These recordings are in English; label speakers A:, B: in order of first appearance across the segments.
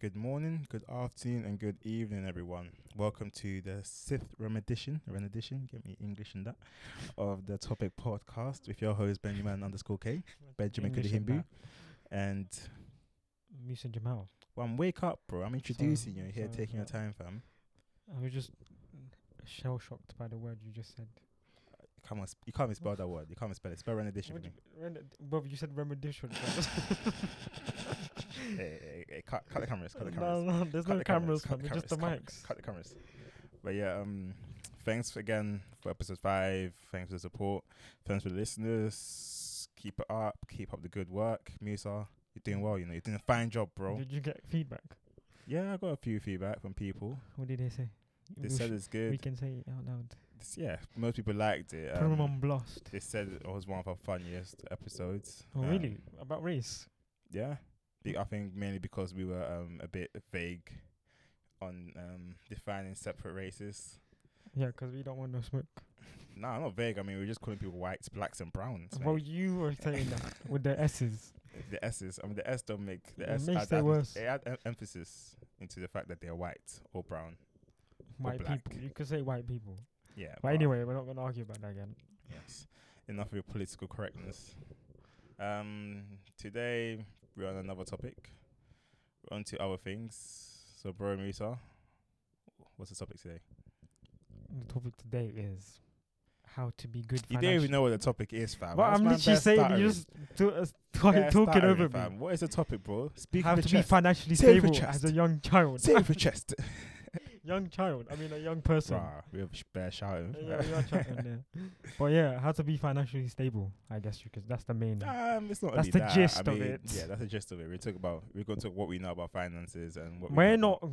A: Good morning, good afternoon, and good evening, everyone. Welcome to the sixth rendition, rendition, get me English in that, of the Topic Podcast with your host Benjamin underscore K, Benjamin
B: English and
A: Kudihimbu.
B: that.
A: And
B: Musa Jamal.
A: one, wake up, bro. I'm introducing you. You're here
B: sorry,
A: taking your
B: sorry.
A: time, fam.
B: I was just shell shocked by the word you just said.
A: Come on, sp- you can't even spell that word. You can't even spell it. Spell rendition for
B: What
A: me.
B: you- remed- Brother, you said remediation.
A: Hey, hey, hey, cut, cut the cameras, cut the cameras.
B: no, no, there's
A: Cut
B: no
A: the
B: cameras,
A: cut
B: fam.
A: the
B: It's just the
A: cameras,
B: mics.
A: Cut, cut the cameras. But yeah, um, thanks again for episode five. Thanks for the support. Thanks for the listeners. Keep it up. Keep up the good work, Musa. You're doing well. You know, you're doing a fine job, bro.
B: Did you get feedback?
A: Yeah, I got a few feedback from people.
B: What did they say?
A: They
B: We
A: said
B: sh-
A: it's
B: we
A: good.
B: can say it out loud.
A: This- yeah, most people liked it.
B: Put 'em
A: um,
B: on blast.
A: they said it was one of our funniest episodes.
B: Oh,
A: Um,
B: really? About race?
A: Yeah, Be- I think mainly because we were um a bit vague on um defining separate races.
B: Yeah, 'cause we don't want no smoke.
A: No, nah, not vague. I mean, we are just calling people whites, blacks, and browns.
B: Well,
A: mate.
B: you were saying that with the S's.
A: the S's. I mean, the S don't make the
B: It
A: S.
B: makes
A: add
B: it
A: em-
B: worse.
A: It add em- emphasis into the fact that they're white or brown.
B: White
A: black.
B: people. You could say white people.
A: Yeah.
B: But
A: but-
B: anyway, we're not going to argue about that again.
A: Yes. Enough of your political correctness. Um, today we're on another topic. We're on to other things. So, bro, Musa, what's the topic today?
B: The topic today is how to be good.
A: You don't even know what the topic is, fam.
B: But
A: That's
B: I'm
A: my
B: literally
A: best
B: saying
A: stuttering.
B: you just do, uh, started
A: Best
B: talking
A: stuttering,
B: over me.
A: fam. What is the topic, bro? Speak
B: How
A: with
B: to
A: your
B: be
A: chest.
B: financially
A: Say it with
B: stable as
A: chest.
B: a young child.
A: Say it with your chest.
B: young child. I mean, a young person.
A: Rah, we have bare shouting.
B: Yeah, yeah, we are chatting there. But yeah, how to be financially stable. I guess you could. That's the main.
A: Um, it's not
B: That's
A: only
B: the
A: that.
B: gist
A: I
B: of
A: mean,
B: it.
A: Yeah, that's the gist of it. We talk about we're going to talk what we know about finances and what
B: We're
A: we know
B: not.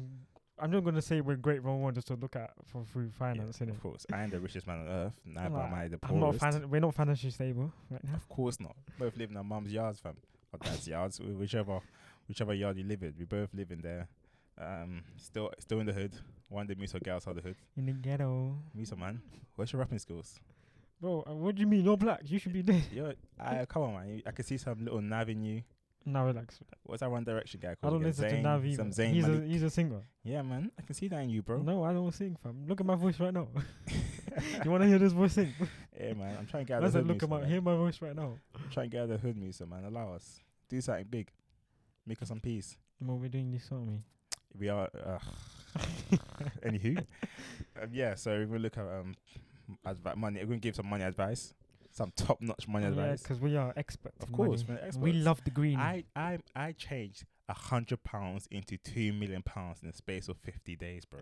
B: I'm not gonna say we're great wrong one just to look at for through
A: about-
B: finance.
A: Yeah,
B: innit?
A: of course, I am the richest man on earth. Neither
B: Like,
A: am I the
B: I'm not.
A: poorest.
B: Finan- we're not financially stable right now.
A: of course not. Both live in our mum's yards, fam, or dad's yards, wh- whichever whichever yard you live in. We both live in there. Um, still still in the hood. One day, meet some girls out the hood.
B: In the ghetto,
A: Meet some man. Where's your rapping skills?
B: bro. uh, What do you mean? You're black. You should be there.
A: Yo, I come on, man. You- I can see some little nav in you.
B: now relax.
A: What's that One Direction guy
B: I
A: called?
B: don't
A: again?
B: listen
A: Zayn-
B: to Nav
A: Some
B: either.
A: Zayn
B: He's a
A: Malik.
B: he's a singer.
A: Yeah, man. I can see that in you, bro.
B: No, I don't sing, fam. Look at my voice right now. you want to hear this voice sing?
A: Yeah, man. I'm trying to get out of
B: Let's
A: the hood.
B: look
A: Musa,
B: at my
A: man.
B: hear my voice right now.
A: I'm trying to get out of the hood, Musa, man. Allow us. Do something big. Make us some peace.
B: Well, we're doing this on me.
A: We are. Uh, anywho. Um, yeah, so we're going to look at um, advi- money. We're going to give some money advice. Some top notch money advice.
B: because we are experts.
A: Of
B: in
A: course.
B: money.
A: we're
B: we
A: experts.
B: love the green.
A: I, I, I changed a hundred pounds into two million pounds in the space of 50 days, bro.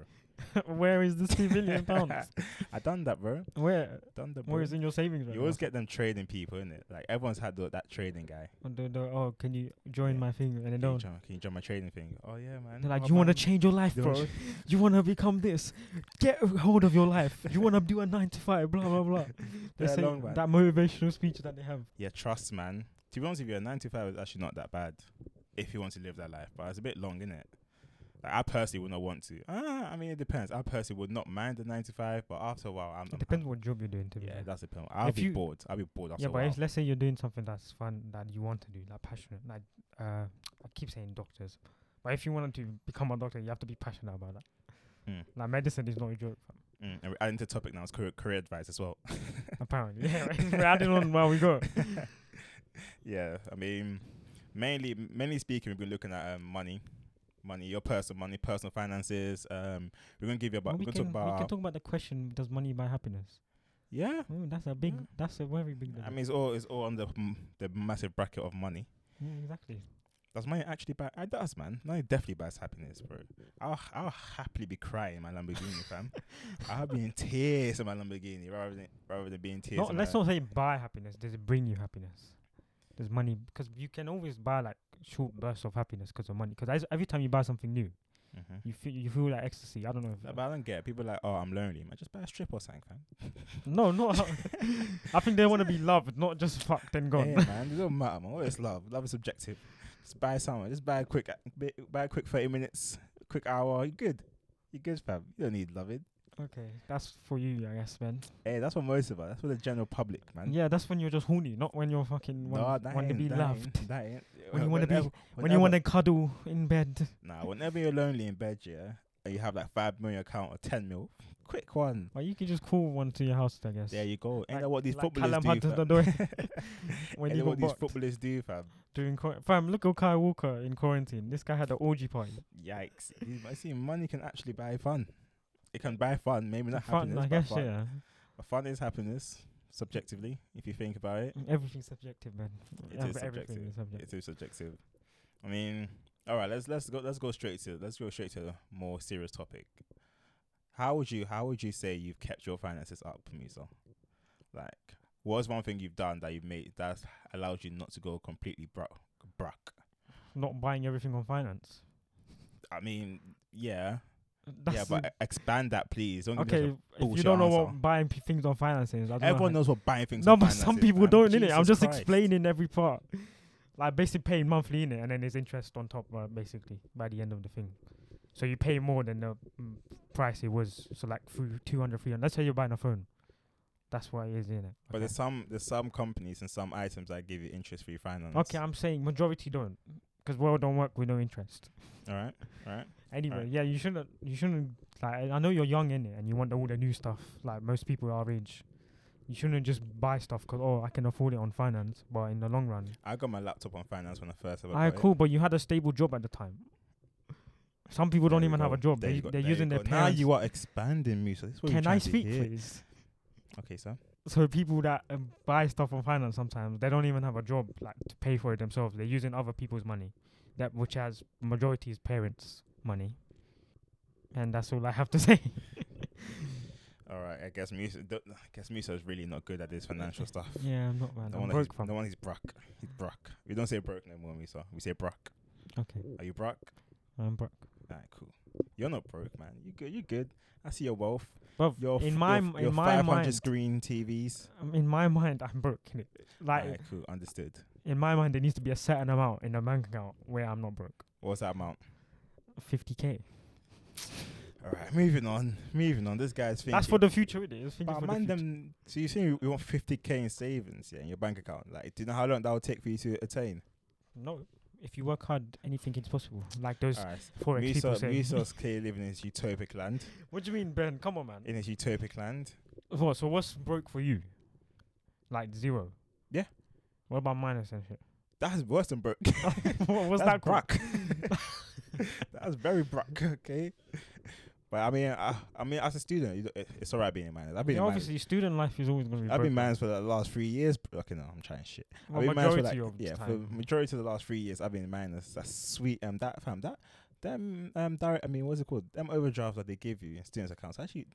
B: Where is this two million pounds?
A: I done that, bro.
B: Where?
A: Done that, bro.
B: Where is in your savings right
A: you always get them trading people, innit? Like, everyone's had tho- that trading guy.
B: now? Oh, the- the- oh, can you join
A: Yeah.
B: my thing? And they
A: Can you,
B: don't.
A: join, can you join my trading thing? Oh yeah, man.
B: They're like,
A: Oh,
B: you want to
A: man.
B: change your life,
A: You wanna
B: bro. you want to become this. Get a hold of your life. You want to do a nine to five. Blah blah blah. They
A: Yeah,
B: say
A: long man.
B: that motivational speech that they have.
A: Yeah, trust, man. To be honest with you, a nine to five is actually not that bad if you want to live that life, but it's a bit long, innit? Like, I personally would not want to. Ah, I mean, it depends. I personally would not mind the nine to five, but after a while, I'm.
B: It
A: I'm-
B: depends what job you're doing. To
A: I'm
B: be
A: yeah,
B: fair.
A: that's the problem. I'll
B: If
A: be
B: you-
A: bored. I'll be bored after
B: yeah,
A: a
B: but
A: while.
B: if, let's say you're doing something that's fun that you want to do, like passionate. Like uh, I keep saying doctors, but if you wanted to become a doctor, you have to be passionate about that.
A: Mm.
B: Like medicine is not a joke, fam,
A: Mm, and we're adding to the topic now is career, career advice as well.
B: apparently. Yeah, right, we're adding on while we go.
A: yeah, I mean, mainly, mainly speaking, we've been looking at um, money, money, your personal money, personal finances. Um, we're gonna give you
B: But
A: about.
B: we,
A: We're gonna
B: can,
A: talk about.
B: we
A: our-
B: can talk about the question: Does money buy happiness?
A: yeah,
B: Ooh, that's a big.
A: Yeah.
B: That's a very big.
A: I
B: debate.
A: mean, it's all it's all on the m- the massive bracket of money.
B: yeah, exactly.
A: Does money actually buy? It does, man. Money definitely buys happiness, bro. I'll I'll happily be crying in my Lamborghini, fam. I'll be in tears in my Lamborghini rather than rather than being tears.
B: Not,
A: in
B: let's
A: my,
B: not say buy happiness. Does it bring you happiness? Does money? Because you can always buy like short bursts of happiness because of money. Because every time you buy something new,
A: Mhm.
B: you feel you feel like ecstasy. I don't know. If
A: Like, but I don't get it. people like, oh, I'm lonely. Man, just buy a strip or something, fam.
B: No, no. I think they want to be loved, not just fucked and gone.
A: Yeah, man, it don't matter, man. What is love? Love is subjective. Just buy someone. Just buy a quick, buy a quick thirty minutes, quick hour. You're good. You're good, fam. You don't need loving.
B: Okay, that's for you, I guess, man.
A: Hey, that's for most of us. That's for the general public, man.
B: Yeah, that's when you're just horny, not when you're fucking
A: Nah,
B: want,
A: that
B: want to
A: ain't-
B: be
A: that
B: loved.
A: ain't- that ain't.
B: When you wanna be-
A: whenever-
B: When you want to
A: whenever-
B: cuddle in bed.
A: Nah, whenever you're lonely in bed, yeah, and you have like five million account or ten mil, quick one.
B: Or you could just call one to your house, I guess.
A: There you go. Ain't
B: Like-
A: that what these
B: like
A: footballers
B: Callum
A: do? fam?
B: Hudson-Odoi. when
A: Ain't
B: he
A: that
B: got
A: what these
B: booked
A: footballers do, fam?
B: during quar- fam, look at Kai Walker in quarantine. This guy had an orgy party.
A: Yikes! You- I see, money can actually buy fun. It can buy fun, maybe not
B: Fun,
A: happiness,
B: I
A: but
B: guess,
A: fun.
B: yeah.
A: But fun is happiness, subjectively, if you think about it.
B: Everything's subjective, man.
A: It
B: Ev-
A: is
B: everything
A: subjective.
B: is subjective.
A: It's too subjective. I mean, all right, let's let's go let's go straight to let's go straight to a more serious topic. How would you how would you say you've kept your finances up, Musa? Like, what's one thing you've done that you've made that's allowed you not to go completely broke? Broke.
B: Not buying everything on finance.
A: I mean, yeah,
B: That's
A: yeah,
B: the-
A: but expand that, please. Don't give me such a-
B: okay. If you
A: bullshit
B: don't know
A: answer.
B: what buying p- things on finance is, I don't know
A: Everyone
B: how-
A: knows what buying things.
B: No,
A: on
B: but
A: finance
B: some
A: is,
B: people
A: man.
B: don't in it. I'm
A: Jesus
B: just
A: Christ.
B: explaining every part. Like basically paying monthly in it, and then there's interest on top, uh, basically by the end of the thing. So you pay more than the mm, price it was. So like through 200, 300. Let's say you're buying a phone. That's what it is in it.
A: But there's some there's some companies and some items that give you interest free finance.
B: okay, I'm saying majority don't, because world don't work with no interest.
A: All right. All right.
B: Anyway,
A: Right.
B: yeah, you shouldn't. You shouldn't. Like, I- I know you're young in it, and you want all the new stuff. Like most people our age, you shouldn't just buy stuff 'cause oh, I can afford it on finance. But in the long run,
A: I got my laptop on finance when I first ever.
B: ah,
A: got it.
B: cool. But you had a stable job at the time. Some people don't
A: There you
B: even have
A: go.
B: a job.
A: There
B: They,
A: you go.
B: they're
A: There you
B: using their
A: go. Now
B: parents.
A: you are expanding me. So this is what we're
B: can I
A: trying to
B: speak,
A: hear.
B: please?
A: Okay, so
B: So people that um, buy stuff on finance sometimes they don't even have a job like to pay for it themselves. They're using other people's money, that which has majority is parents' money, and that's all I have to say.
A: all right. I guess Musa. don't- I guess Musa is really not good at this financial stuff.
B: Yeah, I'm not man.
A: The
B: I'm
A: one, that
B: broke
A: he's-
B: from.
A: the one he's broke. He's broke. We don't say broke no more, Musa. We say broke.
B: Okay,
A: Are you broke?
B: I'm broke.
A: Alright, cool. You're not broke, man. You good? You good? I see your wealth.
B: But
A: Your f-
B: in
A: your,
B: my m-
A: f-
B: in
A: your
B: my
A: 500
B: mind,
A: screen TVs.
B: um, in my mind, I'm broke. innit? Like
A: Alright, cool. Understood.
B: in my mind, there needs to be a certain amount in a bank account where I'm not broke.
A: What's that amount?
B: 50k.
A: All right, moving on. Moving on. This guy's thinking.
B: That's for the future. It is. Thinking
A: But
B: for
A: man,
B: the future.
A: them. So you saying you- you want 50k in savings, yeah, in your bank account? Like, do you know how long that will take for you to attain?
B: No, if you work hard, anything is possible. Like those
A: All right.
B: forex people
A: Musa,
B: say.
A: Musa's clearly living in his utopic land.
B: what do you mean, Ben? Come on, man.
A: In his utopic land,
B: What? So what's broke for you? Like zero.
A: Yeah.
B: What about minus and shit?
A: that's worse than broke.
B: what, what's
A: That's
B: that called?
A: broke. that's very broke. Okay. But I mean, I, I mean, as a student, you don't- it's alright being in minors. I've been
B: Yeah,
A: in minors.
B: obviously, student life is always going to be.
A: I've been
B: broke.
A: minors for the last three years. bro. Okay, no, I'm trying shit.
B: Well,
A: I've been minors for
B: majority
A: like,
B: of the
A: yeah,
B: time.
A: for majority of the last three years, I've been in minors. That's sweet. Um, that fam, that them um, direct. I mean, what's it called? Them overdrafts that they give you in students' accounts. Actually,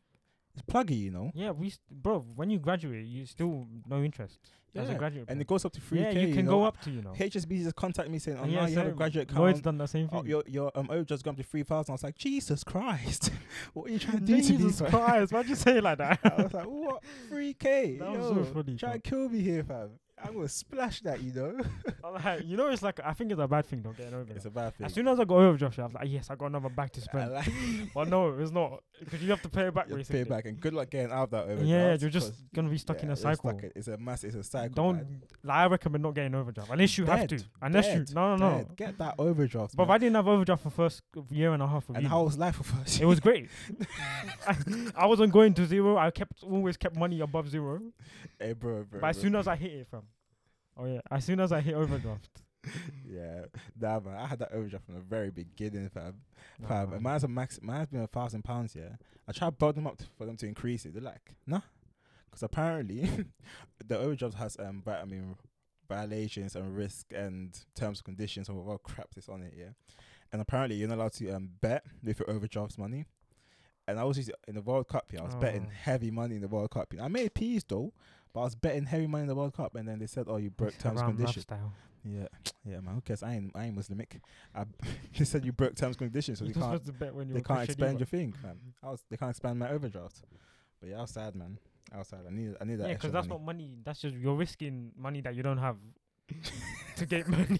A: it's pluggy, you know.
B: Yeah, we, st- bro. When you graduate, you still no interest as a
A: Yeah,
B: graduate.
A: and
B: bro.
A: it goes up to three
B: yeah,
A: k.
B: you can
A: know?
B: go up to you know.
A: HSBC just contacted me saying, "Oh,
B: yeah,
A: now you have a
B: same.
A: graduate
B: Lloyd's
A: account.
B: done the same thing.
A: Oh, your your um overdraft's gone up to three thousand. I was like, Jesus Christ, what are you trying to do to me?
B: Jesus
A: fam?"
B: Christ! Why'd you say it like that?
A: I was like, what? 3K?
B: That
A: yo,
B: was so funny,
A: Try
B: fam.
A: to kill me here, fam. I'm going to splash that, you know?
B: I'm like, you know, it's like I think it's a bad thing. Don't get over
A: It's
B: it.
A: a bad thing.
B: As soon as I got overdraft, I was like, yes, I got another back to
A: I
B: spend.
A: like-
B: But no, it's not because you have to pay it back
A: you pay
B: basically.
A: back and good luck getting out of that overdraft.
B: Yeah, you're just
A: 'cause-
B: gonna be stuck
A: yeah,
B: in a
A: you're stuck
B: cycle.
A: in- it's a mass. It's a cycle.
B: Don't.
A: man.
B: Like, I recommend not getting overdraft unless you have
A: Dead,
B: to. Unless
A: dead,
B: you. No, no, no.
A: Dad, get that overdraft.
B: But if
A: man.
B: I didn't have overdraft for first year and a half of
A: and
B: uni,
A: how was life with us?
B: It was great. I, I wasn't going to zero. I kept always kept money above zero.
A: hey, bro, bro.
B: But as
A: bro.
B: soon as I hit it, fam. Oh yeah. As soon as I hit overdraft.
A: yeah, nah, man. I had that overdraft from the very beginning, fam.
B: Nah,
A: Fam,
B: man.
A: mine's a max. Mine's been a thousand pounds. Yeah, I tried build them up to, for them to increase it. They're like, nah, because apparently the overdraft has um, vi- I mean, violations and risk and terms and conditions and whatever crap is on it. Yeah, and apparently you're not allowed to um bet with your overdraft's money. And I was used in the World Cup. Yeah, I was betting
B: Oh.
A: heavy money in the World Cup. I made peas though, but I was betting heavy money in the World Cup. And then they said, "Oh, you broke
B: It's
A: terms and
B: haram
A: conditions."
B: lifestyle.
A: Yeah, yeah, man. Who cares? I ain't, I ain't Muslimic. I, they said you broke terms and conditions, so
B: You're
A: they
B: not
A: can't,
B: supposed to bet when you're
A: they
B: a
A: can't
B: Christian
A: expand
B: either.
A: your thing, man.
B: Mm-hmm.
A: I was, they can't expand my overdraft. But yeah, I was sad, man. I was sad. I need, I need that
B: Yeah,
A: extra
B: because that's
A: money.
B: not money. That's just you're risking money that you don't have to get money.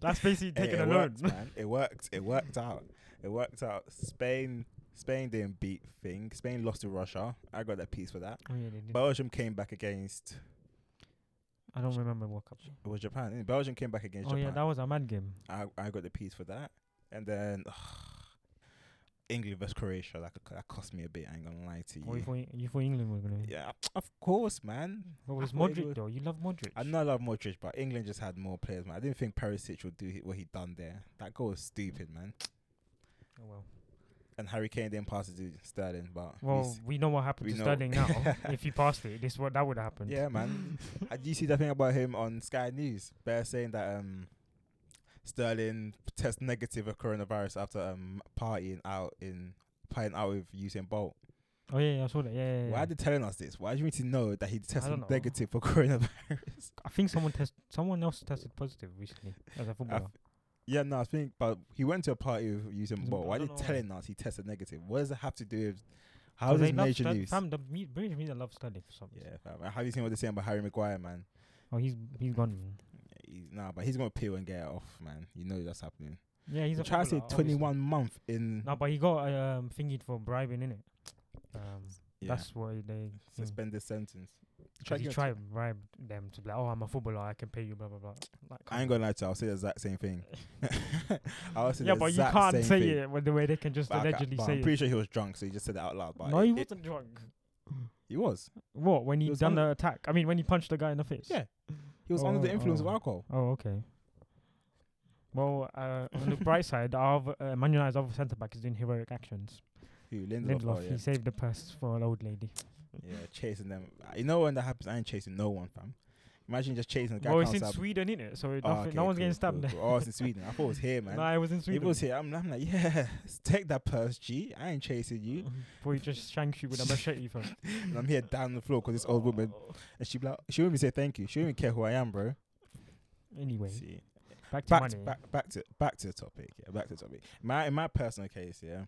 B: that's basically
A: Hey,
B: taking
A: it
B: a
A: worked,
B: loan.
A: man. It worked. It worked out. It worked out. Spain, Spain didn't beat thing. Spain lost to Russia. I got that piece for that.
B: Oh, yeah, they did.
A: Belgium came back against.
B: I don't remember World Cup.
A: It was Japan. innit? Belgium came back
B: Oh
A: against
B: yeah,
A: Japan.
B: that was a mad game.
A: I I got the piece for that. And then England versus Croatia. That, c- that cost me a bit. I ain't gonna lie to you.
B: Or you thought you thought England were gonna. win?
A: Yeah, of course, man.
B: But
A: I
B: was
A: thought it
B: Modric
A: was-
B: though? You love Modric.
A: I know I love Modric, but England just had more players, man. I didn't think Perisic would do he- what he done there. That goal was stupid, man.
B: Oh, well,
A: And Harry Kane didn't pass it to Sterling, but he's-
B: well, we know what happened
A: we
B: to
A: know-
B: Sterling now. if he passed it, this what that would have happened.
A: yeah, man. Uh, Do you see that thing about him on Sky News? They're saying that um, Sterling test negative of coronavirus after um partying out in partying out with Usain Bolt.
B: Oh yeah, yeah, I saw that. Yeah, yeah, yeah.
A: Why are they telling us this? Why do you need to know that he
B: don't
A: tested
B: know.
A: negative for coronavirus?
B: I think someone test someone else tested positive recently as a footballer.
A: yeah, no, I think, but he went to a party with Usain Bolt.
B: Usain Bolt,
A: Why
B: I
A: are they
B: don't know.
A: telling us he tested negative? What does it have to do with? How
B: Because
A: does
B: they
A: it
B: love
A: major
B: Stud-
A: news?
B: Fam, the me- British media love Sterling for some reason.
A: Yeah, fam. have you seen what they're saying about Harry Maguire, man?
B: Oh, he's he's gone. man.
A: He, nah, but he's gonna peel and get it off, man. You know that's happening.
B: Yeah, he's a
A: Try to say
B: footballer, obviously.
A: 21 month in.
B: No, but he got um thingied for bribing, innit? Um,
A: Yeah.
B: that's why they think.
A: suspended sentence.
B: 'Cause
A: Try
B: he
A: get-
B: tried to bribe them to be like, oh, I'm a footballer, I can pay you, blah blah blah. Like,
A: I ain't gonna lie to you, I'll say the exact same thing. I'll say
B: yeah,
A: the
B: but you
A: exact
B: can't
A: same
B: say
A: thing.
B: it with the way they can just
A: But I ca-
B: allegedly
A: but
B: say
A: I'm
B: it.
A: pretty sure he was drunk, so he just said it out loud. But
B: no,
A: it,
B: he
A: it-
B: wasn't drunk.
A: he was.
B: What? When he,
A: was
B: done
A: under-
B: the attack? I mean, when he punched the guy in the face.
A: Yeah. He was under the
B: Oh,
A: influence
B: oh.
A: of alcohol.
B: Oh, okay. Well, uh, on the bright side, our other- uh, Man United's other centre back is doing heroic actions.
A: Who Lindelof?
B: Lindelof,
A: oh,
B: he
A: yeah.
B: saved the purse for an old lady.
A: yeah, chasing them. Uh, You know when that happens, I ain't chasing no one, fam. Imagine just chasing a guy.
B: well, it's in
A: can't stab-
B: Sweden, isn't it? So
A: Oh,
B: nothing,
A: okay,
B: no
A: cool,
B: one's getting stabbed.
A: cool,
B: there.
A: cool. Oh, it's in Sweden. I thought it was here, man.
B: Nah, it was in
A: If it
B: Sweden.
A: was here. I'm, I'm like, yeah, take that purse, G. I ain't chasing you.
B: Boy, he just shanks you with a machete from.
A: And I'm here down the floor 'cause this old woman, and she be like, she won't even say thank you. She won't even care who I am, bro.
B: Anyway,
A: See,
B: back to
A: back
B: money.
A: to, back back to back to the topic. Yeah, back to the topic. My in my personal case, yeah,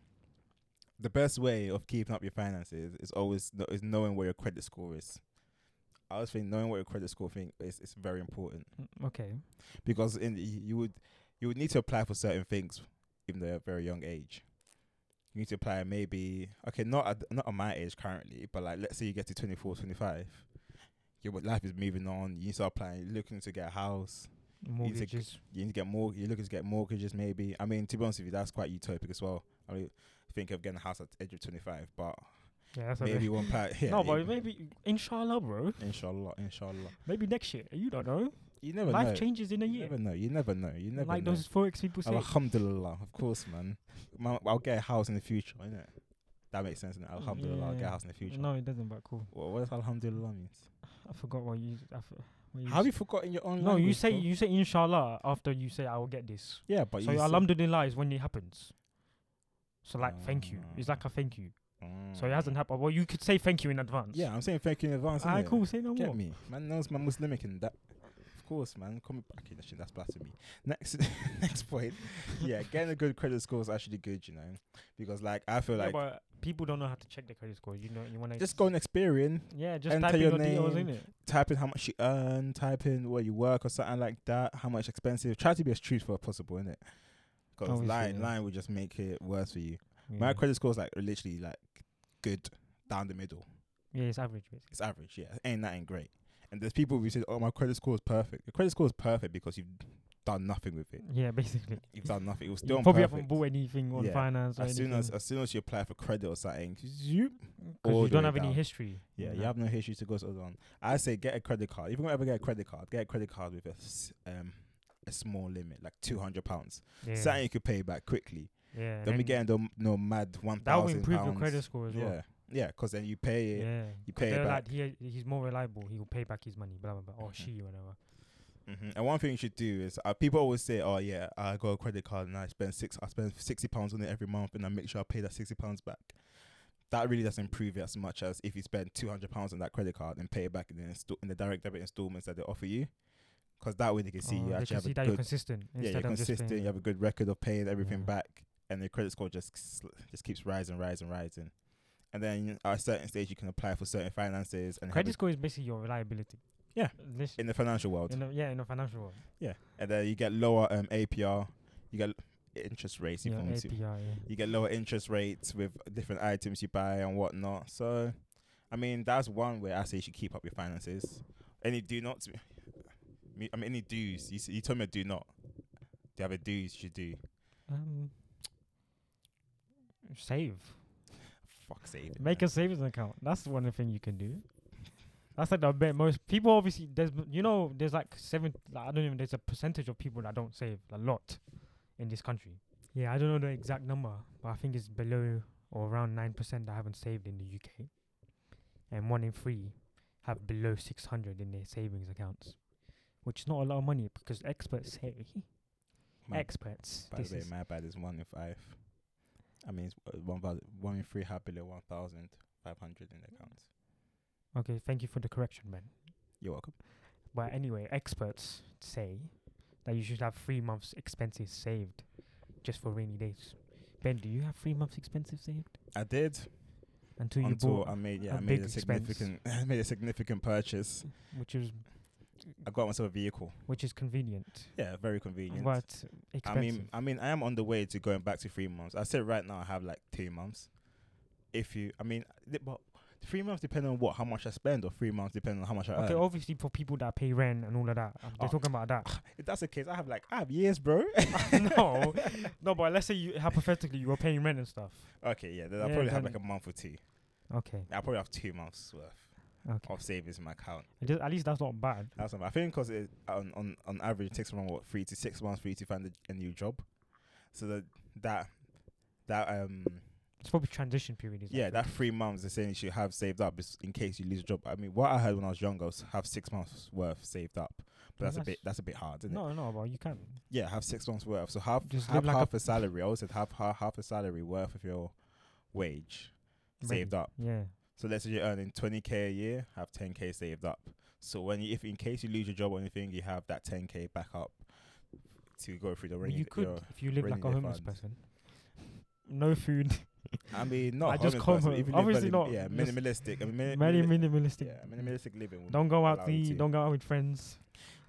A: the best way of keeping up your finances is always kno- is knowing where your credit score is. I always think knowing what your credit score thing is is very important
B: Mm, Okay.
A: because in the, you would you would need to apply for certain things even though you're at a very young age. You need to apply maybe okay not at, not at my age currently, but like let's say you get to 24, 25. Your life is moving on. You need to apply. You're looking to get a house
B: Mortgages.
A: you need to get more. You're looking to get mortgages, maybe. I mean, to be honest with you, that's quite utopic as well. I mean, think of getting a house at the age of 25, but
B: Yeah, that's a
A: maybe
B: bit-
A: one part. Yeah,
B: no, but
A: you-
B: maybe inshallah, bro.
A: inshallah, inshallah.
B: Maybe next year. You don't know.
A: You never
B: Life
A: know.
B: changes in a
A: you
B: year.
A: never know. You never know. You never
B: like
A: know.
B: those forex people say.
A: Alhamdulillah, of course, man. Ma- I'll get a house in the future, innit? That makes sense. Innit? Alhamdulillah, I'll get a
B: Yeah.
A: house in the future.
B: No, it doesn't. But cool.
A: What, what does Alhamdulillah mean?
B: I forgot what you. I f- what
A: Have
B: s-
A: you forgotten your own
B: No, you
A: language,
B: say
A: bro?
B: you say inshallah after you say I will get this.
A: Yeah, but
B: so
A: you. said-
B: alhamdulillah is when it happens. So like thank you. It's
A: Ah.
B: like a thank you. So it
A: Mm.
B: hasn't happened. Well, you could say thank you in advance.
A: Yeah, I'm saying thank you in advance.
B: I
A: innit?
B: cool. Say no
A: Get
B: more.
A: me. Man knows my Muslimic and that. Of course, man. Coming back in, shit, that's blasphemy. Next, next point. Yeah, getting a good credit score is actually good, you know, because like I feel
B: Yeah,
A: like
B: but people don't know how to check their credit score. You know, you want to
A: just go on Experian,
B: Yeah, just
A: enter
B: type in
A: your
B: your details
A: name.
B: in it.
A: type in how much you earn, type in where you work or something like that, how much expensive. Try to be as truthful as possible, innit? Because
B: Obviously,
A: lying,
B: yeah.
A: lying will just make it worse for you. My
B: Yeah.
A: credit score is like literally like good down the middle.
B: yeah, it's average. Basically.
A: It's average, yeah. Ain't that ain't great. And there's people who say, "Oh, my credit score is perfect." Your credit score is perfect because you've done nothing with it.
B: Yeah, basically.
A: You've done nothing. It was
B: You
A: still
B: probably
A: perfect.
B: haven't bought anything on
A: Yeah,
B: finance. Or
A: as soon as
B: anything,
A: as soon as you apply for credit or something, zoop. all
B: because you
A: the
B: don't
A: way
B: have any
A: down.
B: history.
A: yeah,
B: on
A: you
B: that.
A: have no history to go on. I say get a credit card. If you're gonna ever get a credit card, get a credit card with a s- um a small limit, like two hundred pounds,
B: Yeah.
A: something you could pay back quickly.
B: yeah. and
A: Don't be
B: then
A: getting no, no mad one
B: that will
A: thousand
B: improve
A: pounds.
B: your credit score as
A: yeah,
B: well.
A: yeah, because then you pay it.
B: Yeah.
A: you
B: 'Cause
A: pay it
B: they're
A: back.
B: Like, he, he's more reliable. He will pay back his money, blah, blah, blah. Or
A: Mhm.
B: she, whatever.
A: hmm And one thing you should do is uh, people always say, "Oh yeah, I got a credit card and I spend six, I spend sixty pounds on it every month, and I make sure I pay that sixty pounds back." That really doesn't improve it as much as if you spend two hundred pounds on that credit card and pay it back in the insta- in the direct debit installments that they offer you, because that way they can see
B: Oh,
A: you
B: they
A: actually
B: can
A: have
B: see
A: a
B: that you're
A: good,
B: consistent.
A: yeah,
B: instead
A: you're
B: of just
A: consistent.
B: saying-
A: You have a good record of paying everything
B: Yeah.
A: back, and the credit score just sl- just keeps rising, rising, rising. And then at a certain stage, you can apply for certain finances and have
B: Credit
A: it
B: score is basically your reliability.
A: Yeah.
B: This,
A: in the financial world.
B: in a, yeah, in a financial world.
A: Yeah, and then you get lower um, APR. You get interest rates. If
B: Yeah,
A: you, want to.
B: API. Yeah.
A: you get lower interest rates with different items you buy and whatnot. So, I mean, that's one way I say you should keep up your finances. Any do not, I mean, any dues. You, s- you told me a do not. Do you have a dues you should do?
B: Um, save.
A: Fuck save.
B: Make a savings account. That's the one thing you can do. That's like the bit most people obviously there's m- you know there's like seven like, I don't even there's a percentage of people that don't save a lot in this country. Yeah, I don't know the exact number, but I think it's below or around nine percent that haven't saved in the UK, and one in three have below six hundred in their savings accounts, which is not a lot of money because experts say
A: My,
B: experts.
A: by
B: This
A: the way,
B: is
A: my bad is one in five. I mean, it's uh, one, thou- one in three have below 1,500 in their accounts.
B: okay. Thank you for the correction, man.
A: You're welcome.
B: But anyway, experts say that you should have three months' expenses saved just for rainy days. Ben, do you have three months' expenses saved
A: I did
B: until you
A: until
B: bought,
A: I made yeah
B: a
A: I made
B: big
A: a
B: expense.
A: significant I made a significant purchase.
B: which is
A: I got myself a vehicle.
B: which is convenient,
A: Yeah, very convenient.
B: but expensive.
A: I mean, I mean, I am on the way to going back to three months. I said right now I have like two months. If you, I mean, th- but three months depend on what, how much I spend, or three months depend on how much I
B: okay, oh.
A: earn.
B: obviously for people that pay rent and all of that, um, they're
A: uh, Oh.
B: talking about that.
A: If that's the case, I have like I have years, bro.
B: no, no, but let's say you hypothetically you were paying rent and stuff.
A: okay, yeah, then I'll
B: Yeah,
A: probably have
B: then-
A: like a month or two.
B: Okay,
A: I probably have two months worth
B: okay.
A: of savings in my account.
B: It is- At least that's not bad.
A: That's something. I think because on on on average it takes around what three to six months for you to find a, a new job. So that that that um
B: It's probably transition period. Is
A: Yeah,
B: that
A: that three months they're saying you should have saved up is in case you lose your job. I mean, what I heard when I was younger was have six months worth saved up, but
B: Well,
A: that's, a
B: that's-
A: bit that's a bit hard, isn't it?
B: no, no, but you can.
A: Yeah, have six months worth. So half
B: Just
A: have
B: live like a-
A: half a, salary. I always said have half, half a salary worth of your wage saved up.
B: Yeah.
A: So let's say you're earning twenty k a year, have ten k saved up. So when you, if in case you lose your job or anything, you have that ten k back up to go through the
B: Well,
A: ring.
B: you could if you live like
A: rainy
B: a
A: day
B: homeless
A: fund.
B: person. No food.
A: I mean, not
B: I just
A: homeless
B: come
A: person,
B: home-
A: even if you're
B: obviously
A: lim-
B: not,
A: Yeah,
B: just
A: minimalistic. I mean, mini-
B: Very
A: mini-
B: minimalistic.
A: yeah, minimalistic living. would
B: Don't go out
A: allow you
B: the.
A: to.
B: Don't go out with friends.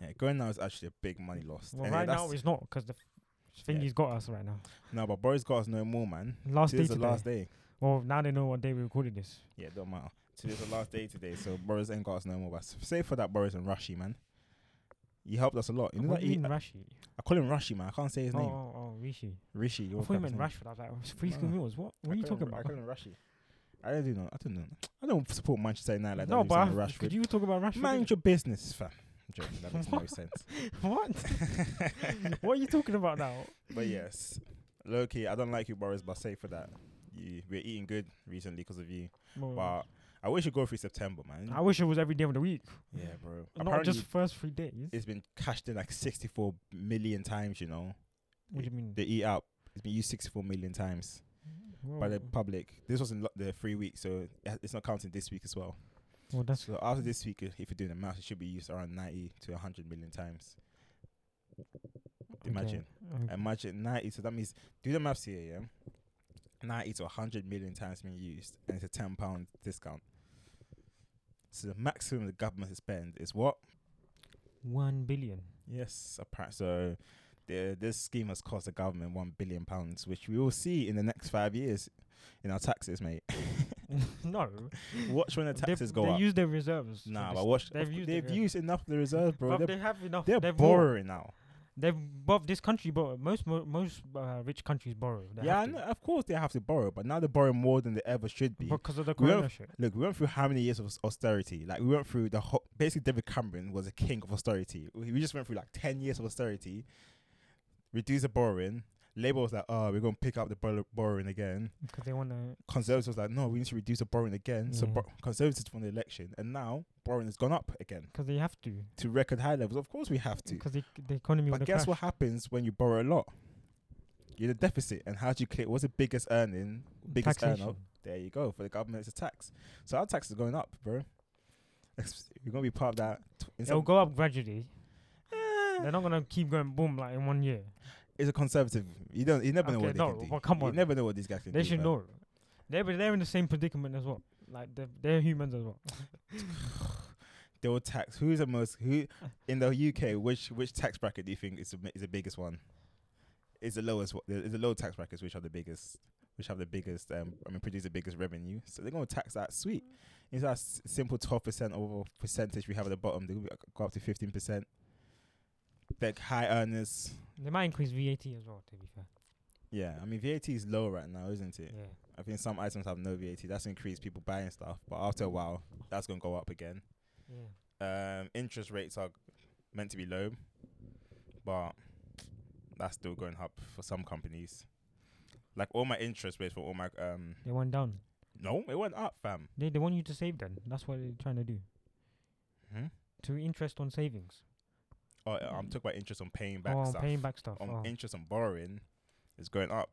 A: Yeah, going now is actually a big money lost.
B: Well,
A: And
B: right
A: that's,
B: now it's not because the f- thing
A: Yeah.
B: he's got us right now.
A: no, but Boris got us no more, man.
B: Last day
A: Today's the
B: today.
A: last day.
B: Well, now they know what day we recorded this.
A: Yeah, don't matter. Today's the last day today, so Boris ain't got us no more. But s- save for that, Boris and Rashi, man. You helped us a lot. You know
B: what
A: that
B: do you
A: he,
B: mean Rashi?
A: I call him Rashi, man. I can't say his
B: oh,
A: name.
B: oh, oh, Rishi.
A: Rishi.
B: I
A: You
B: thought you meant Rashford. I was like, oh, it's free school
A: No.
B: meals. What? What are you talking
A: I
B: about?
A: call him Rashi. I don't do know. I don't know. I don't support Manchester United like
B: no,
A: that.
B: but
A: I'm
B: I-
A: saying
B: could
A: Rashford.
B: you talk about Rashford?
A: Mind your business, fam. I'm joking. That makes no
B: What?
A: sense.
B: what? what are you talking about now?
A: But yes, Loki, I don't like you, Boris, but save for that. You, we're eating good recently because of you.
B: Well,
A: But I wish you go through September, man.
B: Oh. I wish it was every day of the week,
A: yeah, bro.
B: not
A: Apparently,
B: just first three days.
A: it's been cashed in like 64 million times, you know.
B: What do you mean?
A: The eat out. It's been used 64 million times by the
B: Well,
A: public. This was in lo- the three weeks, so it ha- it's not counting this week as well.
B: well, that's
A: So after this week, if if you're doing the math, it should be used around 90 to 100 million times. Imagine.
B: okay. Uh,
A: Imagine 90. So that means, do the maths here, yeah? 90 to 100 million times being used, and it's a £10 discount. So the maximum the government has spend is what?
B: One billion.
A: Yes, apparently. So the, this scheme has cost the government one billion pounds, which we will see in the next five years in our taxes, mate.
B: no.
A: Watch when the taxes
B: they,
A: go
B: they
A: up.
B: use their reserves. for
A: Nah,
B: this.
A: but watch.
B: they've
A: They've,
B: used
A: used,
B: it,
A: they've
B: yeah.
A: used enough of the reserve, bro.
B: But
A: They're,
B: they have enough.
A: they're,
B: they
A: borrowing now.
B: They bob this country borrow. Most mo- most uh, rich countries borrow. They
A: yeah, I
B: have to.
A: know, of course they have to borrow, but now they're borrowing more than they ever should be.
B: Because of the
A: We have-
B: corona shit.
A: Look, we went through how many years of aus- austerity? Like, we went through the whole. Basically, David Cameron was a king of austerity. We we just went through like 10 years of austerity, reduce the borrowing. Labour was like, oh, we're going to pick up the borrow- borrowing again.
B: Because they want to.
A: Conservatives was like, no, we need to reduce the borrowing again. So,
B: Yeah.
A: bor- Conservatives won the election, and now borrowing has gone up again
B: Because they have to.
A: to record high levels. Of course, we have to.
B: Because the the economy.
A: But
B: will
A: guess
B: crash.
A: what happens when you borrow a lot? You're the deficit, and how do you clear? What's the biggest earning? Biggest earn
B: Taxation.
A: up. There you go. For the government, it's a tax. So our tax is going up, bro. Ex- We're gonna be part of that. tw- in
B: It'll
A: some-
B: go up gradually.
A: Eh,
B: They're not gonna keep going boom like in one year.
A: it's a conservative. You don't. You never know
B: Okay,
A: what they
B: no,
A: can do.
B: but come
A: You
B: on.
A: never know what these guys can
B: They
A: do.
B: should
A: fam.
B: know. They're but they're in the same predicament as well. Like they're, they're humans as well.
A: They will tax. Who's the most? Who in the UK? Which which tax bracket do you think is the, mi- is the biggest one? is the lowest wa- is the low tax brackets which are the biggest which have the biggest um I mean produce the biggest revenue. So they're gonna tax that sweet. It's that s- simple twelve percent over percentage we have at the bottom. They go up to fifteen percent. Like high earners.
B: They might increase VAT as well. To be fair,
A: Yeah, I mean VAT is low right now, isn't
B: yeah.
A: it? I think some items have no VAT. That's increased people buying stuff, but after a while, that's gonna go up again.
B: yeah.
A: Um, interest rates are meant to be low, but that's still going up for some companies. Like all my interest rates for all my um,
B: They went down.
A: no, it went up, fam.
B: They they want you to save then. That's what they're trying to do.
A: Hmm?
B: To interest on savings.
A: Oh, uh, I'm talking about interest on paying back
B: oh, on
A: stuff.
B: paying back stuff.
A: On
B: oh.
A: interest on borrowing is going up.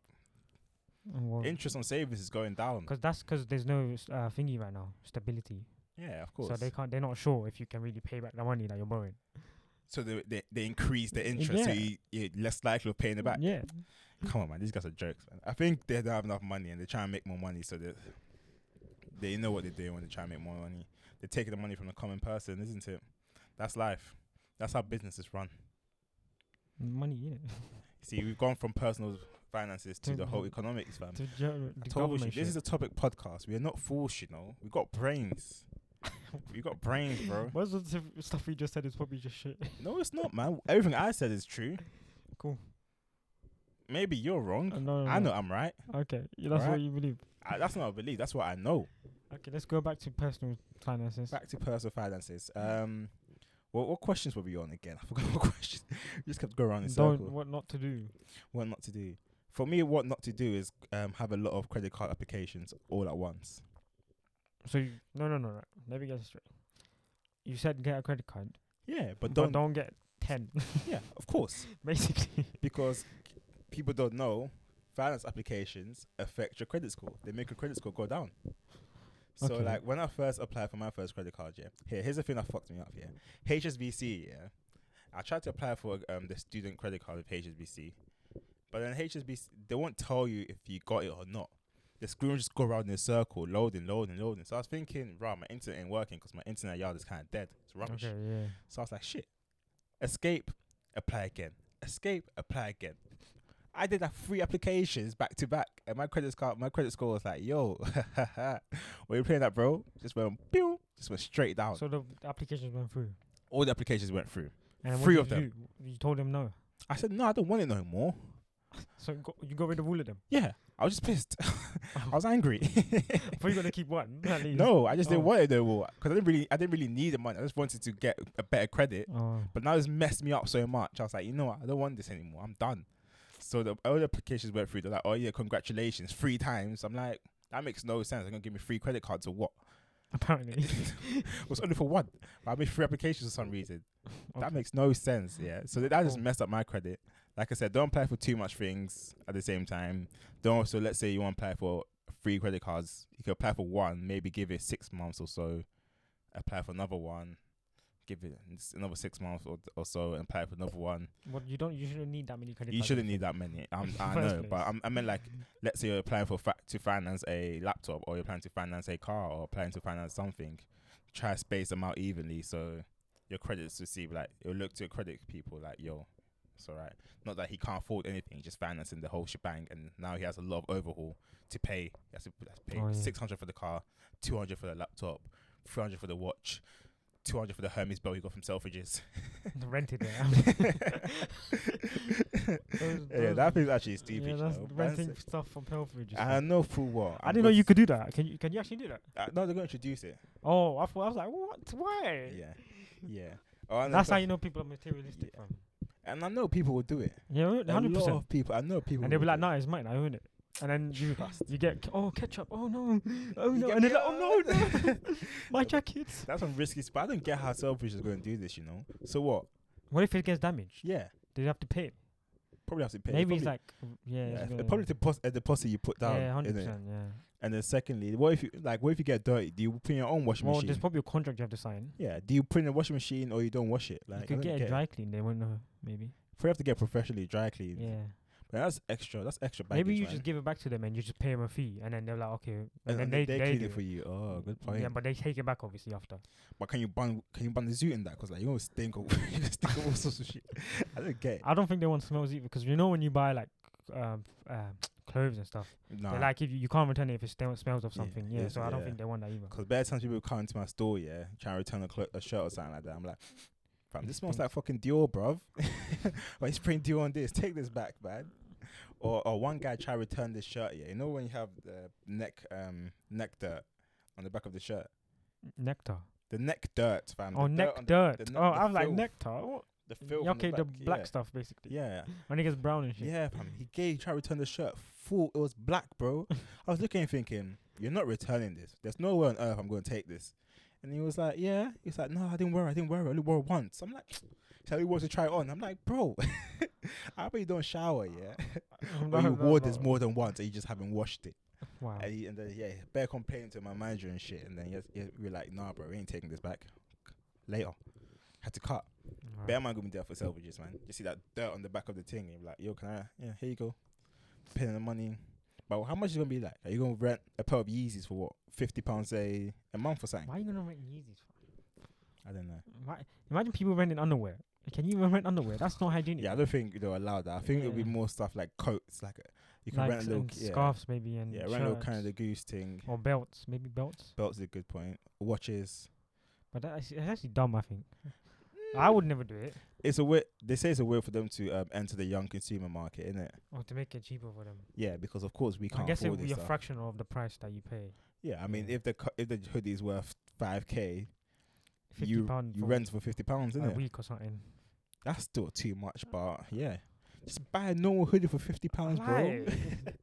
B: Oh, well,
A: Interest on savings is going down.
B: Because that's because there's no s- uh, thingy right now, stability.
A: Yeah, of course.
B: So they can't. They're not sure if you can really pay back the money that you're borrowing.
A: So they they, they increase the interest, so
B: Yeah.
A: you, you're less likely of paying it back.
B: Yeah.
A: Come on, man, these guys are jerks. Man. I think they don't have enough money, and they're trying to make more money, so that they know what they're doing when they try and make more money. They're taking the money from the common person, isn't it? That's life. That's how businesses run.
B: Money. Yeah.
A: See, we've gone from personal finances to the whole
B: Mhm.
A: economics, fam.
B: To ger-
A: I
B: the
A: told you,
B: government
A: this is a
B: shit.
A: topic podcast. We are not fools, you know. We got brains. we got brains, bro.
B: Most of the stuff we just said is probably just shit.
A: No, it's not, man. Everything I said is true.
B: Cool.
A: Maybe you're wrong.
B: Uh, no, no,
A: I
B: no.
A: know I'm right.
B: Okay, yeah, that's
A: Alright.
B: what you believe.
A: I, that's not a belief. That's what I know.
B: Okay, let's go back to personal finances.
A: Back to personal finances. Um, what what questions were we on again? I forgot what questions. we just kept going around in
B: Don't
A: circle.
B: what not to do.
A: What not to do? For me, what not to do is um have a lot of credit card applications all at once.
B: So you, no, no, no, no. Let me get this straight. You said get a credit card,
A: Yeah, but
B: but don't
A: don't.
B: don't get ten,
A: Yeah, of course,
B: basically.
A: because people don't know finance applications affect your credit score. They make your credit score go down. So
B: Okay.
A: like when I first applied for my first credit card, yeah. Here, here's the thing that fucked me up. Yeah, HSBC. Yeah, I tried to apply for um, the student credit card with HSBC, but then HSBC they won't tell you if you got it or not. The screen will just go around in a circle, loading, loading, loading. So I was thinking, right, my internet ain't working because my internet yard is kind of dead. It's rubbish.
B: Okay, yeah.
A: So I was like, shit. Escape, apply again. Escape, apply again. I did like three applications back to back, and my credit card, my credit score was like, yo, were you playing that, bro? Just went, pew, just went straight down.
B: So the the applications went through,
A: All the applications went through.
B: and what
A: Three
B: did
A: of
B: you
A: them.
B: do? You told them no.
A: I said, no, I don't want it no more.
B: So you got, you got rid of all of them.
A: Yeah, I was just pissed. I was angry.
B: But you got to keep one. At least.
A: no, I just didn't
B: Oh.
A: want it no more because I didn't really, I didn't really need the money. I just wanted to get a better credit.
B: Oh.
A: But now it's messed me up so much. I was like, you know what? I don't want this anymore. I'm done. So the all the applications went through. They're like, oh yeah, congratulations, three times. I'm like, that makes no sense. They're gonna give me free credit cards or what?
B: Apparently.
A: It was only for one. But I made three applications for some reason. That
B: Okay.
A: makes no sense. Yeah. So that, that just
B: Cool.
A: messed up my credit. Like I said, don't apply for too much things at the same time. Don't also let's say you want to apply for three credit cards. You could apply for one, maybe give it six months or so. Apply for another one, give it s- another six months or, or so, and apply for another one.
B: Well, you don't. You shouldn't need that many credit
A: You
B: cards.
A: shouldn't need that many. I'm, I
B: First
A: know, but
B: place.
A: I'm, I mean, like, let's say you're applying for fa- to finance a laptop, or you're planning to finance a car, or planning to finance something. Try to space them out evenly so your credits receive like you'll look to your credit people like yo, it's alright. Not that he can't afford anything, he's just financing the whole shebang, and now he has a lot of overhaul to pay. He has to, he has to pay
B: Oh, yeah.
A: six hundred for the car, two hundred for the laptop, three hundred for the watch, two hundred for the Hermes belt he got from Selfridges.
B: rented it. Those-
A: yeah,
B: those-
A: that thing's actually stupid.
B: yeah,
A: you
B: that's
A: know?
B: renting
A: That's-
B: stuff from Pelfridge.
A: I know full well.
B: I didn't know you could do that. Can you? Can you actually do that?
A: Uh, no, they're gonna introduce it.
B: Oh, I thought I was like, what? Why?
A: Yeah, yeah. Oh, I know
B: That's how
A: pers-
B: you know people are materialistic. Yeah,
A: And I know people will do it.
B: yeah hundred
A: A lot
B: percent.
A: of people. I know people.
B: And they'll be
A: will
B: like,
A: do
B: "No, it's mine. I own it." And then you
A: Trust.
B: you get ke- oh ketchup. Oh no, oh
A: You
B: no,
A: get
B: and
A: me-
B: then like, oh no, no, my jackets.
A: it. That's some risky spot. I don't get how Selfridge is gonna do this. You know. So what?
B: What if it gets damaged?
A: Yeah,
B: Do you have to pay? it?
A: probably have to pay. probably,
B: Maybe it's like yeah,
A: yeah,
B: it's
A: it's
B: gonna-
A: probably deposit a deposit you put down.
B: yeah, hundred
A: innit?
B: percent. Yeah.
A: And then secondly, what if you like? What if you get dirty? Do you put in your own washing
B: Well,
A: machine?
B: there's probably a contract you have to sign.
A: yeah. Do you put in a washing machine or you don't wash it? Like
B: you
A: I
B: could
A: don't
B: get,
A: get
B: it
A: it.
B: dry cleaned. They won't know. Maybe.
A: Probably have to get professionally dry cleaned.
B: Yeah.
A: But that's extra. That's extra baggage.
B: Maybe you
A: man.
B: just give it back to them and you just pay them a fee, and then they're like, okay, and,
A: and,
B: then
A: and
B: they
A: they,
B: they,
A: clean
B: do Mm,
A: it for you. Oh, good point.
B: Yeah, but they take it back obviously after.
A: But can you ban can you ban the zoo in that? Because like you always stink of you stink of all sorts of shit. I don't get it.
B: I don't think they want smells either because you know when you buy like um, f- um clothes and stuff.
A: Nah.
B: They like if you, you can't return it if it stem- smells of
A: Yeah,
B: something. Yeah,
A: it's-
B: so I don't
A: yeah.
B: think they want that either.
A: Because bare times people come into my store, yeah, trying to return a, clo- a shirt or something like that. I'm like, fam,
B: It
A: this smells like fucking Dior, bruv. Why you spraying Dior on this? Take this back, man. Or, or one guy try to return this shirt, yeah. You know when you have the neck um neck dirt on the back of the shirt?
B: Nectar.
A: The neck dirt, fam.
B: oh,
A: the
B: neck
A: on the-
B: dirt.
A: the ne-
B: oh,
A: the
B: I'm like
A: filth,
B: nectar. What?
A: The
B: Yeah,
A: filth. on
B: okay, the,
A: back,
B: black
A: Mm, yeah.
B: stuff basically.
A: Yeah.
B: When it gets brown and shit.
A: Yeah, fam. He gave try to return the shirt full. It was black, bro. I was looking and thinking, you're not returning this. There's no way on earth I'm going to take this. And he was like, yeah. He was like, no, I didn't wear it. I didn't wear it. I only wore it once. I'm like, so he wants to try it on. I'm like, bro, I bet you don't shower, yeah?
B: I'm
A: Or
B: not-
A: you
B: I'm
A: wore
B: not-
A: this more than once and you just haven't washed it.
B: Wow.
A: And, he, and then, yeah, bear complaining to my manager and shit. And then yes, yeah, we were like, nah, bro, we ain't taking this back. Later. Had to cut.
B: Wow.
A: Bear man gonna be there for savages, man. You see that dirt on the back of the thing, and you're like, yo, can I? Yeah, here you go. Paying the money. But how much is it gonna be like? Are you gonna rent a pair of Yeezys for what? Fifty pounds a a month or something?
B: Why are you gonna rent Yeezys?
A: I don't know.
B: Why? Imagine people renting underwear. Can you even rent underwear? That's not hygienic.
A: Yeah, I don't think they'll allow that. I think it'll be
B: Yeah.
A: more stuff like coats, like a, you can
B: Like
A: rent a little yeah,
B: scarves maybe and
A: Yeah,
B: shirts.
A: rent a little kind of goose thing.
B: or belts, maybe belts.
A: Belts is a good point. Watches.
B: But that is, it's actually dumb, I think. I would never do it.
A: It's a way. They say it's a way for them to um, enter the young consumer market, isn't it?
B: Or to make it cheaper for them.
A: Yeah, because of course we can't
B: I guess it
A: afford
B: would
A: this
B: be a
A: stuff.
B: fraction of the price that you pay.
A: yeah, I mean,
B: Yeah.
A: if the co- if the hoodie is worth five k,
B: Fifty
A: you
B: pound
A: you
B: for
A: rent for fifty pounds,
B: a
A: isn't it?
B: week or something.
A: That's still too much, but yeah, just buy a normal hoodie for fifty pounds, bro.
B: Like,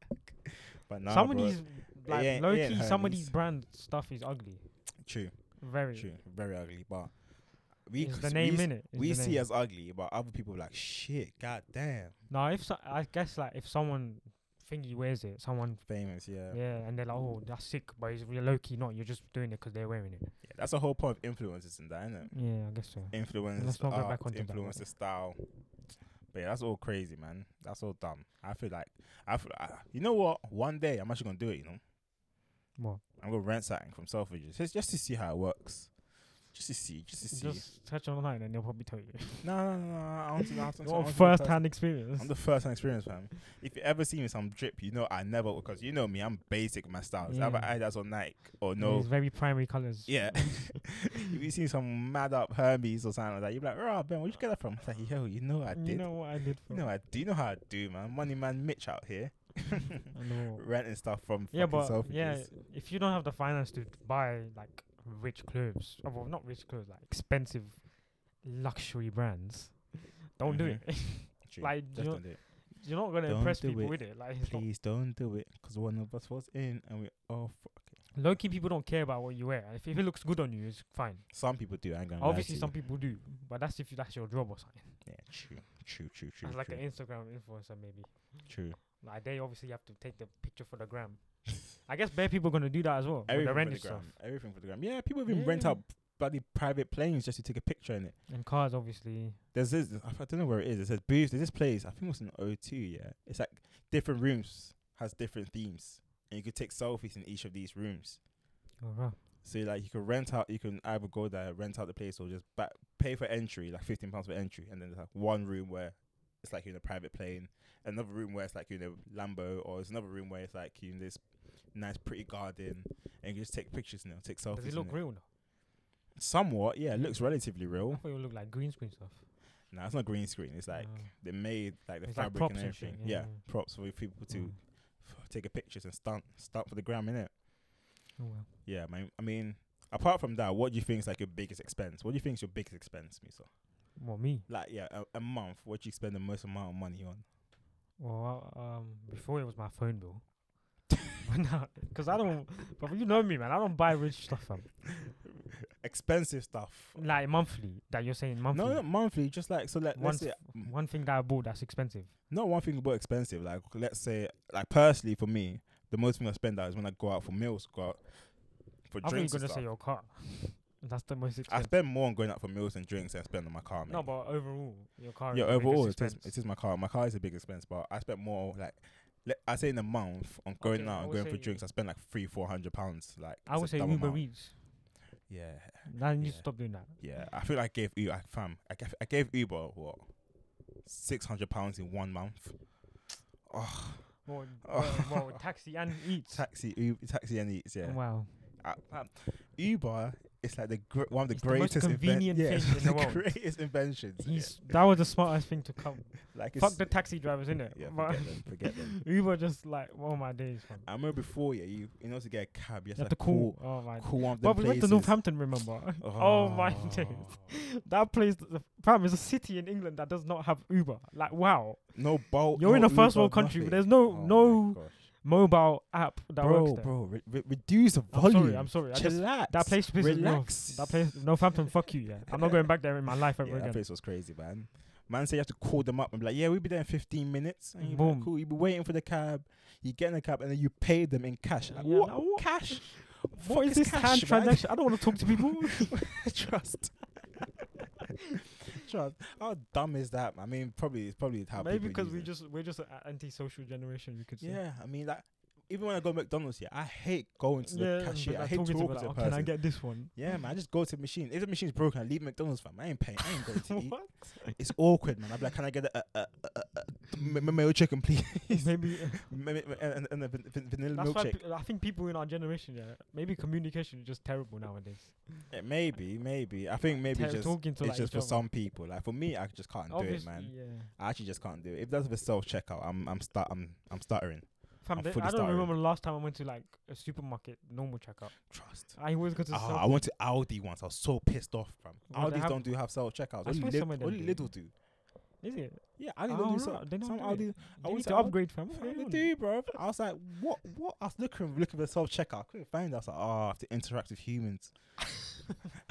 A: But nah,
B: some
A: bro.
B: of these, like
A: ain't- it
B: low
A: ain't
B: key, some of these
A: hoodies.
B: brand stuff is ugly.
A: true,
B: Very.
A: true, very ugly. But we
B: It's
A: c-
B: the
A: we
B: name
A: s-
B: in it.
A: we see as ugly, but other people like shit. God damn,
B: No, if so, I guess like if someone thingy wears it, someone
A: famous. Yeah. yeah,
B: Yeah, and they're like, oh, that's sick, but it's really low key not. You're just doing it 'cause they're wearing it.
A: That's the whole point of influences in that, isn't it?
B: Yeah, I guess so.
A: Influence
B: Let's
A: the
B: not go
A: art,
B: back onto that,
A: influence
B: okay.
A: the style. But yeah, that's all crazy, man. That's all dumb. I feel like I feel. I, you know what? One day I'm actually gonna do it. You know.
B: What?
A: I'm gonna rent something from Selfridges just, just to see how it works, just to see, just to see.
B: Just search online and they'll probably tell you.
A: no, no, no, no, I want to know. I
B: Your
A: want to know
B: first
A: first-
B: hand experience.
A: I'm the first hand experience, fam. If you ever see me some drip, you know I never because you know me, I'm basic with my styles. I have
B: Yeah.
A: Adidas or Nike or
B: And
A: no.
B: It's very primary colors.
A: Yeah. if you see some mad up Hermes or something like that, you're like, oh Ben, where'd you get that from? It's like, yo, you know I did.
B: You know what I did for?
A: You know I do. You know how I do, man. Money man Mitch out here.
B: I know.
A: Renting stuff from
B: Yeah,
A: fucking
B: but
A: Selfridges.
B: yeah, if you don't have the finance to buy like rich clothes, oh, well, not rich clothes, like expensive luxury brands, don't
A: Mhm.
B: do it.
A: True.
B: like, you
A: Just
B: know-
A: don't do it.
B: You're not gonna
A: Don't
B: impress
A: do
B: people
A: it,
B: with it. Like, it's not-
A: Please don't do it, cause one of us was in, and we all. F-
B: low key, people don't care about what you wear. If, if it looks good on you, it's fine.
A: some people do. I'm going.
B: Obviously, some people do, but that's if you, that's your job or something.
A: Yeah, true, true, true, true.
B: That's like
A: true,
B: an Instagram influencer, maybe.
A: true.
B: Like they obviously have to take the picture for the gram. I guess bare people gonna do that as well. with
A: Everything
B: the
A: for
B: rent
A: the
B: and stuff
A: gram. Everything for the gram. Yeah, people even rent
B: Yeah.
A: out bloody private planes just to take a picture in it.
B: and cars, obviously.
A: There's this. I f- I don't know where it is. It says booth. There's this place. I think it was in O2. Yeah, it's like different rooms has different themes, and you could take selfies in each of these rooms.
B: Oh, wow.
A: So like you can rent out. You can either go there, rent out the place, or just ba- pay for entry, like fifteen pounds for entry, and then there's like one room where it's like you're in a private plane, another room where it's like you're in a Lambo, or there's another room where it's like you're in this nice pretty garden, and you just take pictures now, take selfies.
B: Does it
A: in
B: look
A: it.
B: real? Though?
A: Somewhat, yeah. It looks relatively
B: I
A: real.
B: thought it would look like green screen stuff.
A: No, it's not green screen. It's like
B: Oh.
A: they made like the
B: It's like
A: fabric
B: props
A: and
B: and shit,
A: everything.
B: yeah,
A: yeah,
B: yeah.
A: props for people to
B: Mm.
A: f- take a pictures and stunt stunt for the gram in it.
B: Oh well.
A: Yeah, man. I mean, apart from that, what do you think is like your biggest expense? What do you think is your biggest expense, Misa?
B: Well, me.
A: Like, yeah, a, a month. What do you spend the most amount of money on?
B: Well, I- um, before it was my phone bill. But now, cause I don't. But you know me, man. I don't buy rich stuff, fam.
A: Expensive stuff.
B: Like monthly, that you're saying monthly.
A: No, not monthly. Just like so. Let,
B: one,
A: let's say mm,
B: f- one thing that I bought that's expensive.
A: not one thing about expensive. Like, let's say, like personally for me, the most thing I spend out is when I go out for meals, go out for
B: I think
A: drinks.
B: you're
A: and
B: gonna say
A: stuff.
B: your car. that's the most
A: I
B: expensive.
A: spend more on going out for meals and drinks than I spend on my car, man.
B: No, but overall, your car.
A: yeah,
B: is the biggest
A: overall, it is,
B: expense.
A: it is my car. My car is a big expense, but I spent more like. le- I say in a month on going
B: Okay, I
A: out and
B: would
A: going for
B: say-
A: drinks, I spend like three, four hundred pounds. Like
B: I
A: it's
B: would
A: a
B: say
A: dumb
B: Uber
A: amount.
B: Eats.
A: Yeah,
B: Now you need to
A: Yeah.
B: stop doing that.
A: yeah. I feel like I gave Uber, fam. I gave, I gave Uber what six hundred pounds in one month. oh,
B: Well,
A: Oh.
B: well, well, taxi and eats.
A: taxi, Uber, taxi and eats. Yeah,
B: Wow.
A: Uh, um, Uber is like the gr- one of the
B: It's the most
A: greatest inven-
B: convenient
A: yeah, it's
B: thing in the
A: one of
B: world.
A: Greatest inventions. yeah.
B: He's that was the smartest thing to come.
A: Like
B: Fuck
A: it's-
B: the taxi drivers, innit?
A: yeah,
B: But
A: forget them, forget Ah, them.
B: we were just like, oh my days, man.
A: I remember before, yeah, you in order to get a cab, you
B: You
A: had
B: have
A: to
B: to
A: call,
B: call. Oh my.
A: call one of them
B: But we went to
A: places.
B: Northampton, remember? Oh, my days. That place, the fam, is a city in England that does not have Uber. Like, wow.
A: No bolt.
B: You're in
A: no
B: a first
A: Uber,
B: world country.
A: nothing.
B: There's no
A: Oh my
B: no
A: gosh.
B: mobile app that
A: bro,
B: works there.
A: bro, re- re- reduce the
B: I'm
A: volume.
B: sorry. I'm sorry. I just,
A: Chillax.
B: that place pisses me off.
A: Relax.
B: That place, Northampton, fuck you. Yeah, I'm not going back there in my life ever
A: Yeah, that
B: again.
A: place was crazy, man. Man said you have to call them up and be like, yeah, we'll be there in 15 minutes. And you
B: Boom.
A: cool. you be waiting for the cab. You get in the cab and then you pay them in cash. Like,
B: Yeah,
A: what?
B: like, what?
A: Cash?
B: What is this hand transaction? I don't want to talk to people.
A: Trust. Trust. How dumb is that? I mean, probably it's probably how people
B: Maybe because
A: use
B: we
A: it.
B: just we're just an anti-social generation. You could say.
A: Yeah, I mean, like, even when I go to McDonald's here, I hate going to the
B: but
A: cashier. I
B: like
A: hate talking to,
B: people, like,
A: a
B: "Oh,
A: person.
B: Can I get this one?
A: yeah, man, I just go to the machine. If the machine's broken, I leave McDonald's, fam. I ain't paying. I ain't going to eat.
B: What?
A: It's awkward, man. I'd be like, can I get a, a, a, a, a m- m- mayo chicken, please?
B: Maybe
A: M- m- and, and a van- van- vanilla
B: that's why
A: milkshake.
B: pe- I think people in our generation, yeah, maybe communication is just terrible nowadays.
A: Yeah, maybe, maybe. I think maybe
B: Ter-
A: just
B: talking to
A: it's
B: like
A: just
B: each
A: for
B: other.
A: some people. Like for me, I just can't
B: Obviously,
A: do it, man.
B: yeah.
A: I actually just can't do it. If that's the self checkout, I'm I'm start I'm I'm stuttering.
B: Fam,
A: I'm
B: th-
A: fully
B: I don't
A: starving.
B: remember the last time I went to like a supermarket normal checkout.
A: Trust.
B: I always go to.
A: Ah, I
B: self-
A: went to Aldi once. I was so pissed off, fam.
B: Well, they
A: Aldi's
B: have-
A: don't do have self checkouts.
B: I
A: Only,
B: swear
A: Lid-
B: some of them
A: only
B: do.
A: Lidl do.
B: Is it?
A: Yeah, I didn't
B: Oh,
A: do
B: no,
A: some.
B: they don't
A: some
B: do
A: Aldi.
B: it.
A: I
B: They
A: was
B: need to
A: like, oh,
B: upgrade, fam. What
A: fam,
B: are
A: they
B: you on?
A: do, bro. I was like, what? What? I was looking looking for self checkout. I couldn't find. it. I was like, oh, I have to interact with humans.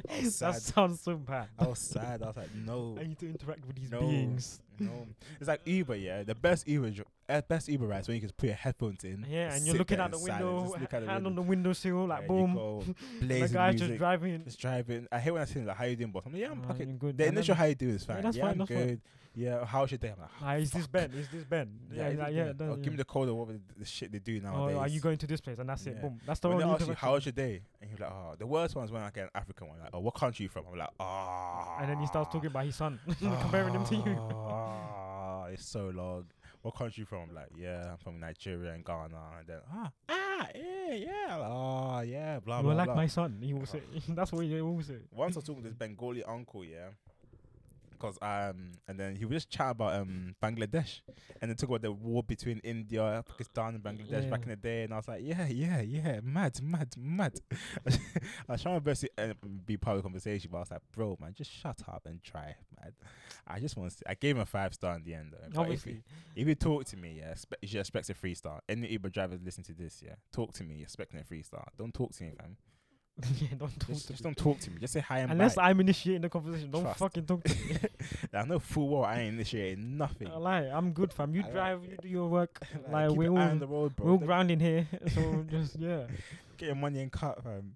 A: I was sad.
B: That sounds so bad.
A: I was sad. I was like, no.
B: I need to interact with these
A: No.
B: beings.
A: No, it's like Uber, yeah. The best Uber, dri- uh, best Uber rides when you can just put your headphones in.
B: Yeah, and you're
A: sit
B: looking
A: there
B: out the
A: in silence,
B: window,
A: just look
B: ha-
A: out the
B: hand on
A: window.
B: the windowsill, like
A: There you
B: boom.
A: go,
B: The
A: blazing
B: guy's
A: music,
B: just driving.
A: just driving. I hate when I see like, how you doing, boss? I'm like, yeah, I'm
B: Ah,
A: okay.
B: you're good.
A: The
B: I
A: initial
B: remember.
A: how you doing is fine.
B: that's
A: yeah,
B: fine,
A: I'm
B: that's fine.
A: good. Yeah, how's your day? I'm like,
B: Ah, is this Ben? Is this Ben? Yeah,
A: is
B: yeah,
A: it
B: yeah.
A: good?
B: that-
A: Or
B: yeah.
A: Oh, give me the code or whatever the, the shit they do
B: Oh,
A: nowadays.
B: are you going to this place? And that's it.
A: Yeah.
B: Boom. That's the
A: When
B: only
A: they ask you
B: interaction.
A: how's your day, and you're like, oh, the worst ones when I get an African one, like, oh, what country you from? I'm like, ah.
B: And then he starts talking about his son, comparing him to you.
A: Ah, it's so long. What country you from? I'm like, yeah, I'm from Nigeria and Ghana. And then, ah, ah, yeah, yeah, oh, yeah, blah,
B: you
A: blah,
B: are like
A: blah.
B: my son. He will say. that's what he will say.
A: Once I was talking to this Bengali uncle, yeah, because um, and then he was just chatting about um Bangladesh, and they talk about the war between India, Pakistan, and Bangladesh back
B: Yeah.
A: in the day, and I was like, yeah, yeah, yeah, mad, mad, mad. I was trying my best to uh, be part of the conversation, but I was like, bro, man, just shut up and try, man. I just want to. I gave him a five star in the end, though. but if you-
B: Obviously,
A: if you talk to me, yeah, spe- you should expect a free star. Any Uber driver listen to this, yeah, talk to me, expecting a free star. Don't talk to me, fam.
B: yeah. Don't talk
A: Just,
B: to
A: just
B: me.
A: don't talk to me. Just say hi and
B: Unless
A: bye.
B: I'm initiating the conversation, don't
A: Trust.
B: fucking talk to me.
A: I know full well I ain't initiating nothing.
B: I lie. I'm good, fam. You
A: I like-
B: drive. You do your work.
A: Like,
B: Like
A: keep
B: we
A: an eye on
B: all
A: the road, bro.
B: We're all
A: Don't
B: grounding here, so just yeah.
A: Get your money and cut, fam.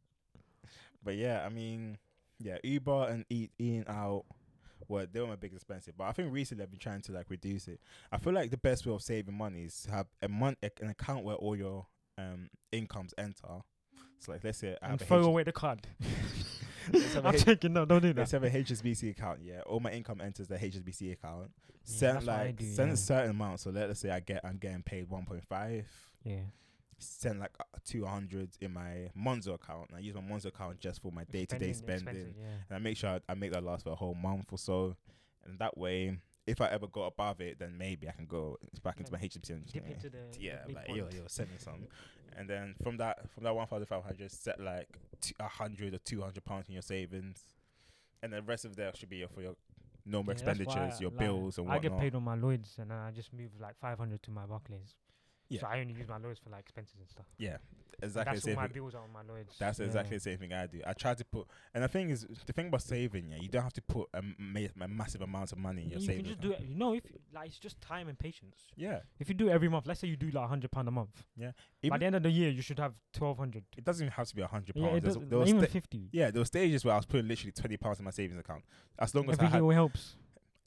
A: But yeah, I mean, yeah, Uber and eat in out. Well, they were my biggest expensive, but I think recently I've been trying to like reduce it. I feel like the best way of saving money is to have a month an account where all your um incomes enter. So like, let's say I
B: And
A: have a
B: throw
A: H-
B: away the card.
A: Let's have a
B: I'm
A: H-
B: checking. No, don't do
A: let's
B: that.
A: have a HSBC account. Yeah, all my income enters the HSBC account.
B: Yeah,
A: send
B: that's what I
A: like
B: do,
A: send
B: yeah.
A: a certain amount. So let us say I get I'm getting paid one point five.
B: Yeah.
A: Send like uh, two hundred in my Monzo account. And I use my Monzo account just for my day to day spending,
B: expenses, Yeah.
A: and I make sure I, I make that last for a whole month or so. And that way, if I ever go above it, then maybe I can go back into my
B: Like,
A: HSBC. and-
B: Dip into the
A: yeah,
B: the
A: like
B: midpoint.
A: yo, yo, send me some. And then from that, from that one thousand five hundred, set like t- a hundred or two hundred pounds in your savings, and the rest of that should be your, for your normal
B: Yeah, that's why
A: expenditures,
B: I
A: your
B: lie.
A: bills and
B: I
A: whatnot.
B: get paid on my Lloyd's, and then I just move like 500 to my Barclays.
A: Yeah.
B: So I only use my Lloyd's for like expenses and stuff.
A: Yeah, exactly
B: That's
A: the
B: all
A: same.
B: my
A: Thing.
B: bills are on my Lloyd's.
A: That's
B: yeah.
A: exactly the same thing I do. I try to put, and the thing is, the thing about saving, yeah, you don't have to put a, ma- a massive amount of money in your
B: You
A: savings.
B: can just do
A: account.
B: it. You know, if you- like it's just time and patience.
A: Yeah,
B: If you do it every month, let's say you do like 100 pound a month.
A: Yeah.
B: By
A: Even-
B: the end of the year, you should have 1200.
A: it doesn't even have to be a hundred
B: Yeah, it
A: pounds. There's-
B: does,
A: there was
B: even
A: sta-
B: 50.
A: yeah, there were stages where I was putting literally twenty pounds in my savings account. As long as
B: Every
A: I had,
B: year helps.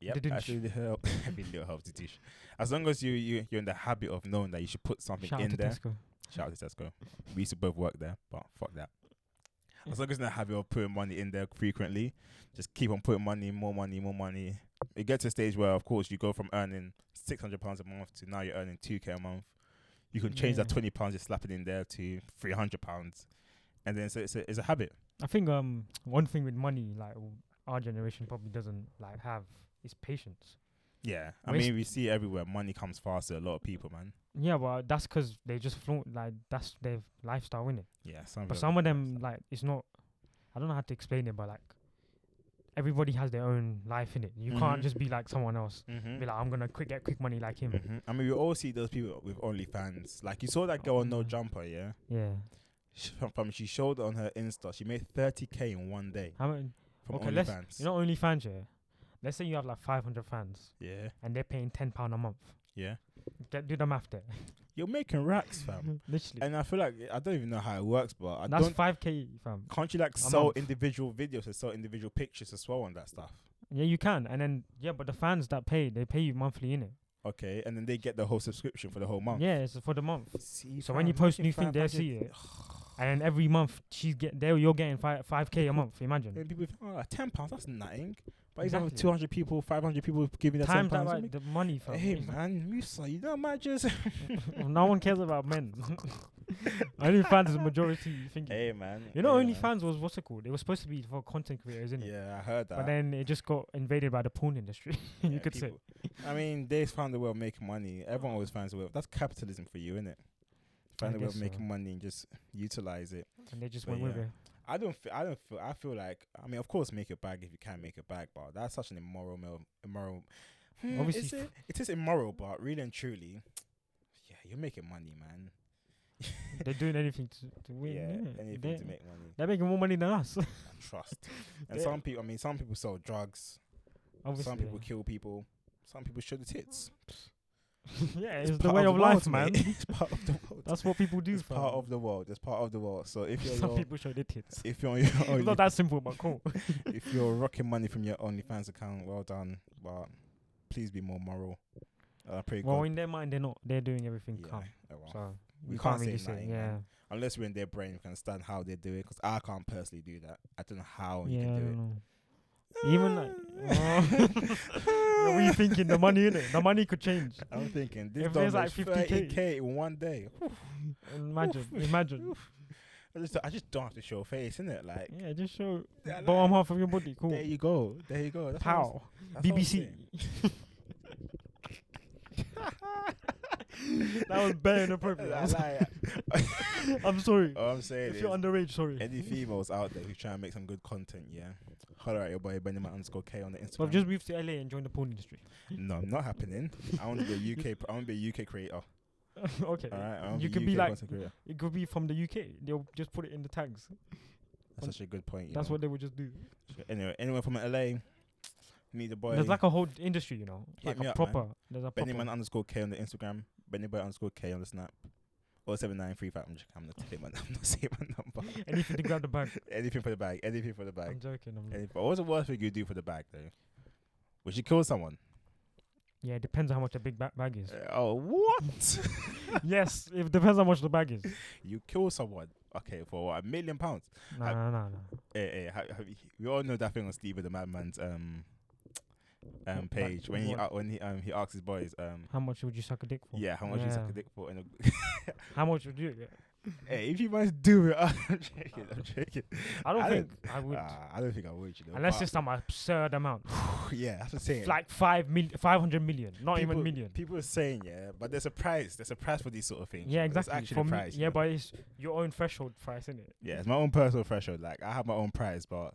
A: Yep,
B: Didn't
A: actually, the help, every little helps to teach. As long as you you you're in the habit of knowing that you should put something
B: Shout out
A: in
B: to
A: there.
B: Tesco.
A: Shout out to Tesco. We used to both work there, but fuck that.
B: Yeah.
A: As long as you're in the habit of putting money in there frequently, just keep on putting money, more money, more money. It gets to a stage where, of course, you go from earning six hundred pounds a month to now you're earning two k a month. You can change that
B: Yeah.
A: twenty pounds, just slap it in there to three hundred pounds, and then so it's a, it's a habit.
B: I think um one thing with money like w- our generation probably doesn't like have is patience.
A: Yeah, I
B: Waste-
A: mean we see everywhere money comes fast to a lot of people, man.
B: Yeah, well that's 'cause they just flaunt like that's their lifestyle, innit?
A: Yeah, some
B: But
A: people
B: some of
A: don't
B: them like it's not. I don't know how to explain it, but like everybody has their own life in it. You
A: Mhm.
B: can't just be like someone else.
A: understand.
B: Be like I'm gonna quick get quick money like him.
A: Mhm. Mhm. I mean, we all see those people with OnlyFans. Like you saw that girl on No
B: Mhm.
A: Jumper, yeah.
B: Yeah.
A: Sh- From, from she showed on her Insta, she made thirty k in one day
B: How many?
A: from
B: Okay, let's-
A: OnlyFans.
B: You know, only fans. Yeah. Let's say you have like 500 fans
A: yeah,
B: and they're paying 10 pound a month.
A: yeah.
B: Get, do the math there.
A: You're making racks, fam.
B: Literally.
A: And I feel like I don't even know how it works, but I
B: Mm-hmm. that's
A: don't.
B: 5k, fam.
A: Can't you like
B: a
A: sell
B: month.
A: individual videos and sell individual pictures as well on that stuff?
B: Yeah, you can. And then yeah, but the fans that pay, they pay you monthly in it.
A: Okay, and then they get the whole subscription for the whole month.
B: Yeah, it's for the month.
A: See,
B: So when you
A: fam,
B: post
A: imagine
B: new thing, they'll
A: 500
B: see it. And then every month, she's get there. You're getting five five k a month. Imagine.
A: And people think, oh, 10 pounds, that's nothing. But even
B: Exactly.
A: 200 people, 500 people giving that 10
B: times that
A: pounds.
B: like
A: make-
B: the money fam.
A: hey,
B: It's-
A: man, Musa, you know, man, just.
B: no one cares about men. OnlyFans is majority thinking.
A: hey, man.
B: you know,
A: hey, man.
B: OnlyFans was what's it called? It was supposed to be for content creators, isn't it?
A: Yeah, I heard that.
B: But then it just got invaded by the porn industry. you
A: Yeah,
B: could say.
A: people- I mean, they found a way of making money. Everyone always finds a way. Of, that's capitalism for you, isn't it? Find a way of
B: guess
A: making
B: so.
A: money and just utilize it.
B: And they just
A: But
B: went with
A: yeah.
B: it.
A: I don't feel. I don't feel. I feel like. I mean, of course, make it back if you can make it back, but that's such an immoral, mil- immoral. Hmm,
B: Obviously
A: is it, it is immoral, but really and truly, yeah, you're making money, man.
B: They're doing anything to, to win.
A: yeah,
B: innit?
A: anything
B: they're,
A: to make money.
B: They're making more money than us.
A: I trust. and
B: They-
A: some people. I mean, some people sell drugs.
B: Obviously.
A: some people kill people. Some people show the tits.
B: yeah, it's, the
A: part
B: way
A: of
B: of,
A: the world,
B: life, man.
A: mate. It's part of the world.
B: That's what people do.
A: it's part
B: fam.
A: of the world. It's part of the world. So if you're,
B: Some
A: your,
B: people show their tits.
A: if you're on your
B: It's
A: only,
B: not that simple, but cool.
A: if you're rocking money from your OnlyFans account, well done. But please be more moral. Uh, I pray
B: well,
A: God.
B: in their mind, they're not. They're doing everything
A: Yeah,
B: calm.
A: oh well.
B: So
A: We
B: you
A: can't
B: can't,
A: say
B: really say.
A: nothing,
B: yeah.
A: man. Unless we're in their brain, we can understand how they do it. Because I can't personally do that. I don't know how you
B: yeah, I
A: can do
B: don't
A: it.
B: know. Even like, oh. we thinking the money in it. The money could change.
A: I'm thinking this
B: If
A: dog
B: there's
A: like
B: like 50K.
A: 50k in one day.
B: Imagine, imagine.
A: I just, I just don't have to show face, innit? Like
B: Yeah, just show
A: Yeah, like,
B: bottom Mm-hmm. half of your body. Cool.
A: there you go, there you go. That's what I'm s-
B: Pow.
A: that's what I'm
B: BBC.
A: saying.
B: that was bare inappropriate. I'm sorry.
A: Like,
B: I'm sorry.
A: all I'm saying
B: if
A: Oh, is,
B: you're underage, sorry.
A: any females out there who try and make some good content, yeah, holler at your boy Benjamin underscore K on the Instagram.
B: So I've just moved to LA and joined the porn industry.
A: no, not happening. I want to be a UK. pr- I want to be a UK creator.
B: okay.
A: All right, I want
B: You
A: to
B: could
A: be
B: be
A: UK
B: like-
A: content creator.
B: It could be from the UK. They'll just put it in the tags.
A: That's such a good point. you
B: That's
A: know.
B: what they would just do.
A: Anyway, anyone from LA, meet the boy.
B: There's like a whole industry, you know.
A: Hit
B: Like
A: me
B: a
A: up, man.
B: proper. There's a proper.
A: Benjamin underscore K on the Instagram. Benjamin underscore K on the Snap. Or seven nine three five. I'm just. I'm not saying my. I'm not saying my number.
B: Anything to grab the bag.
A: Anything for the bag. Anything for the bag.
B: I'm joking. I'm
A: Anything. What's the worst thing you do for the bag though? Would you kill someone?
B: yeah, it depends on how much the big ba- bag is.
A: Uh, oh, what?
B: yes, it depends how much the bag is.
A: you kill someone? Okay, for what, a million pounds.
B: No,
A: I-
B: no, no, no.
A: Eh, eh, ha- ha- we all know that thing on Steve the Madman's um um
B: What-
A: page when he
B: what?
A: uh, when he um he asks his boys um
B: How much would you suck a dick for?
A: yeah how much you suck a
B: Yeah.
A: dick for and
B: How much would you?
A: hey if you must do it I'm joking I'm joking
B: I don't
A: I
B: think I Uh, would.
A: Ah, I don't think I would you know
B: unless
A: but-
B: it's some absurd amount.
A: yeah that's what I'm saying
B: like five mil- 500 million. Not even
A: People-
B: million.
A: people are saying yeah but there's a price there's a price for these sort of things you
B: Yeah,
A: know, there's
B: exactly.
A: actually
B: For
A: a
B: me-
A: price you
B: yeah,
A: know.
B: but it's your own threshold price, isn't it?
A: Yeah, it's my own personal threshold. Like I have my own price, but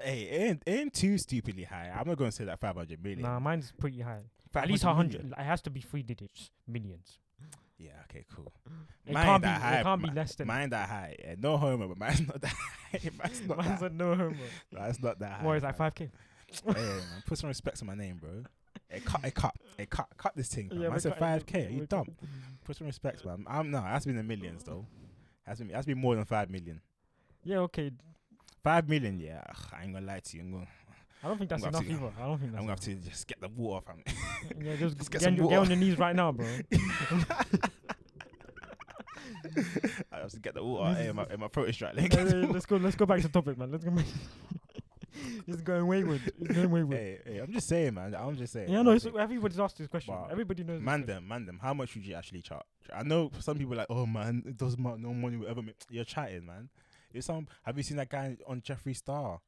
A: hey, it ain't, it ain't too stupidly high. I'm not gonna say that 500 million.
B: Nah, mine's pretty high. At
A: 500
B: least
A: million.
B: 100. It has to be three digits, millions.
A: Yeah, okay, cool.
B: It
A: Mine
B: can't be.
A: that high.
B: It can't be
A: Mi-
B: less than.
A: Mine that high. Yeah, no homo, but mine's not that high. Mine's not
B: Mine's
A: that.
B: a no homo.
A: That's not that high.
B: Or it's like
A: man.
B: five k.
A: Hey, man, put some respect on my name, bro. Hey, cut, hey, cut, hey, cut, cut this thing. Man.
B: Yeah,
A: I
B: we
A: said
B: cut it,
A: 5k. Are
B: we
A: you
B: cut
A: dumb? Put some respect, man. I'm no. That's been the millions though. That's been that's been more than five million.
B: Yeah, okay.
A: Five million, yeah. ugh, I ain't gonna lie to you. I'm gonna,
B: I don't think that's
A: I'm
B: enough
A: gonna have
B: either. I don't think
A: I'm gonna have
B: that's.
A: to just get the water from
B: enough. Yeah, just,
A: Let's get
B: get,
A: some
B: on your, get
A: water.
B: on your knees right now, bro.
A: I have to get the water. hey, my, my throat is dry. Like,
B: Yeah, yeah, yeah, let's go. Let's go back to topic, man. Let's go. Back. It's going wayward. It's going wayward.
A: hey, hey, I'm just saying, man. I'm just saying.
B: yeah, no,
A: I
B: it's,
A: think-
B: everybody's asked this question.
A: Wow.
B: Everybody knows. this
A: Man
B: question.
A: them, man them. How much would you actually charge? I know some people are like, oh man, it doesn't matter. No money will ever make. You're chatting, man. If some, have you seen that guy on Jeffree Star?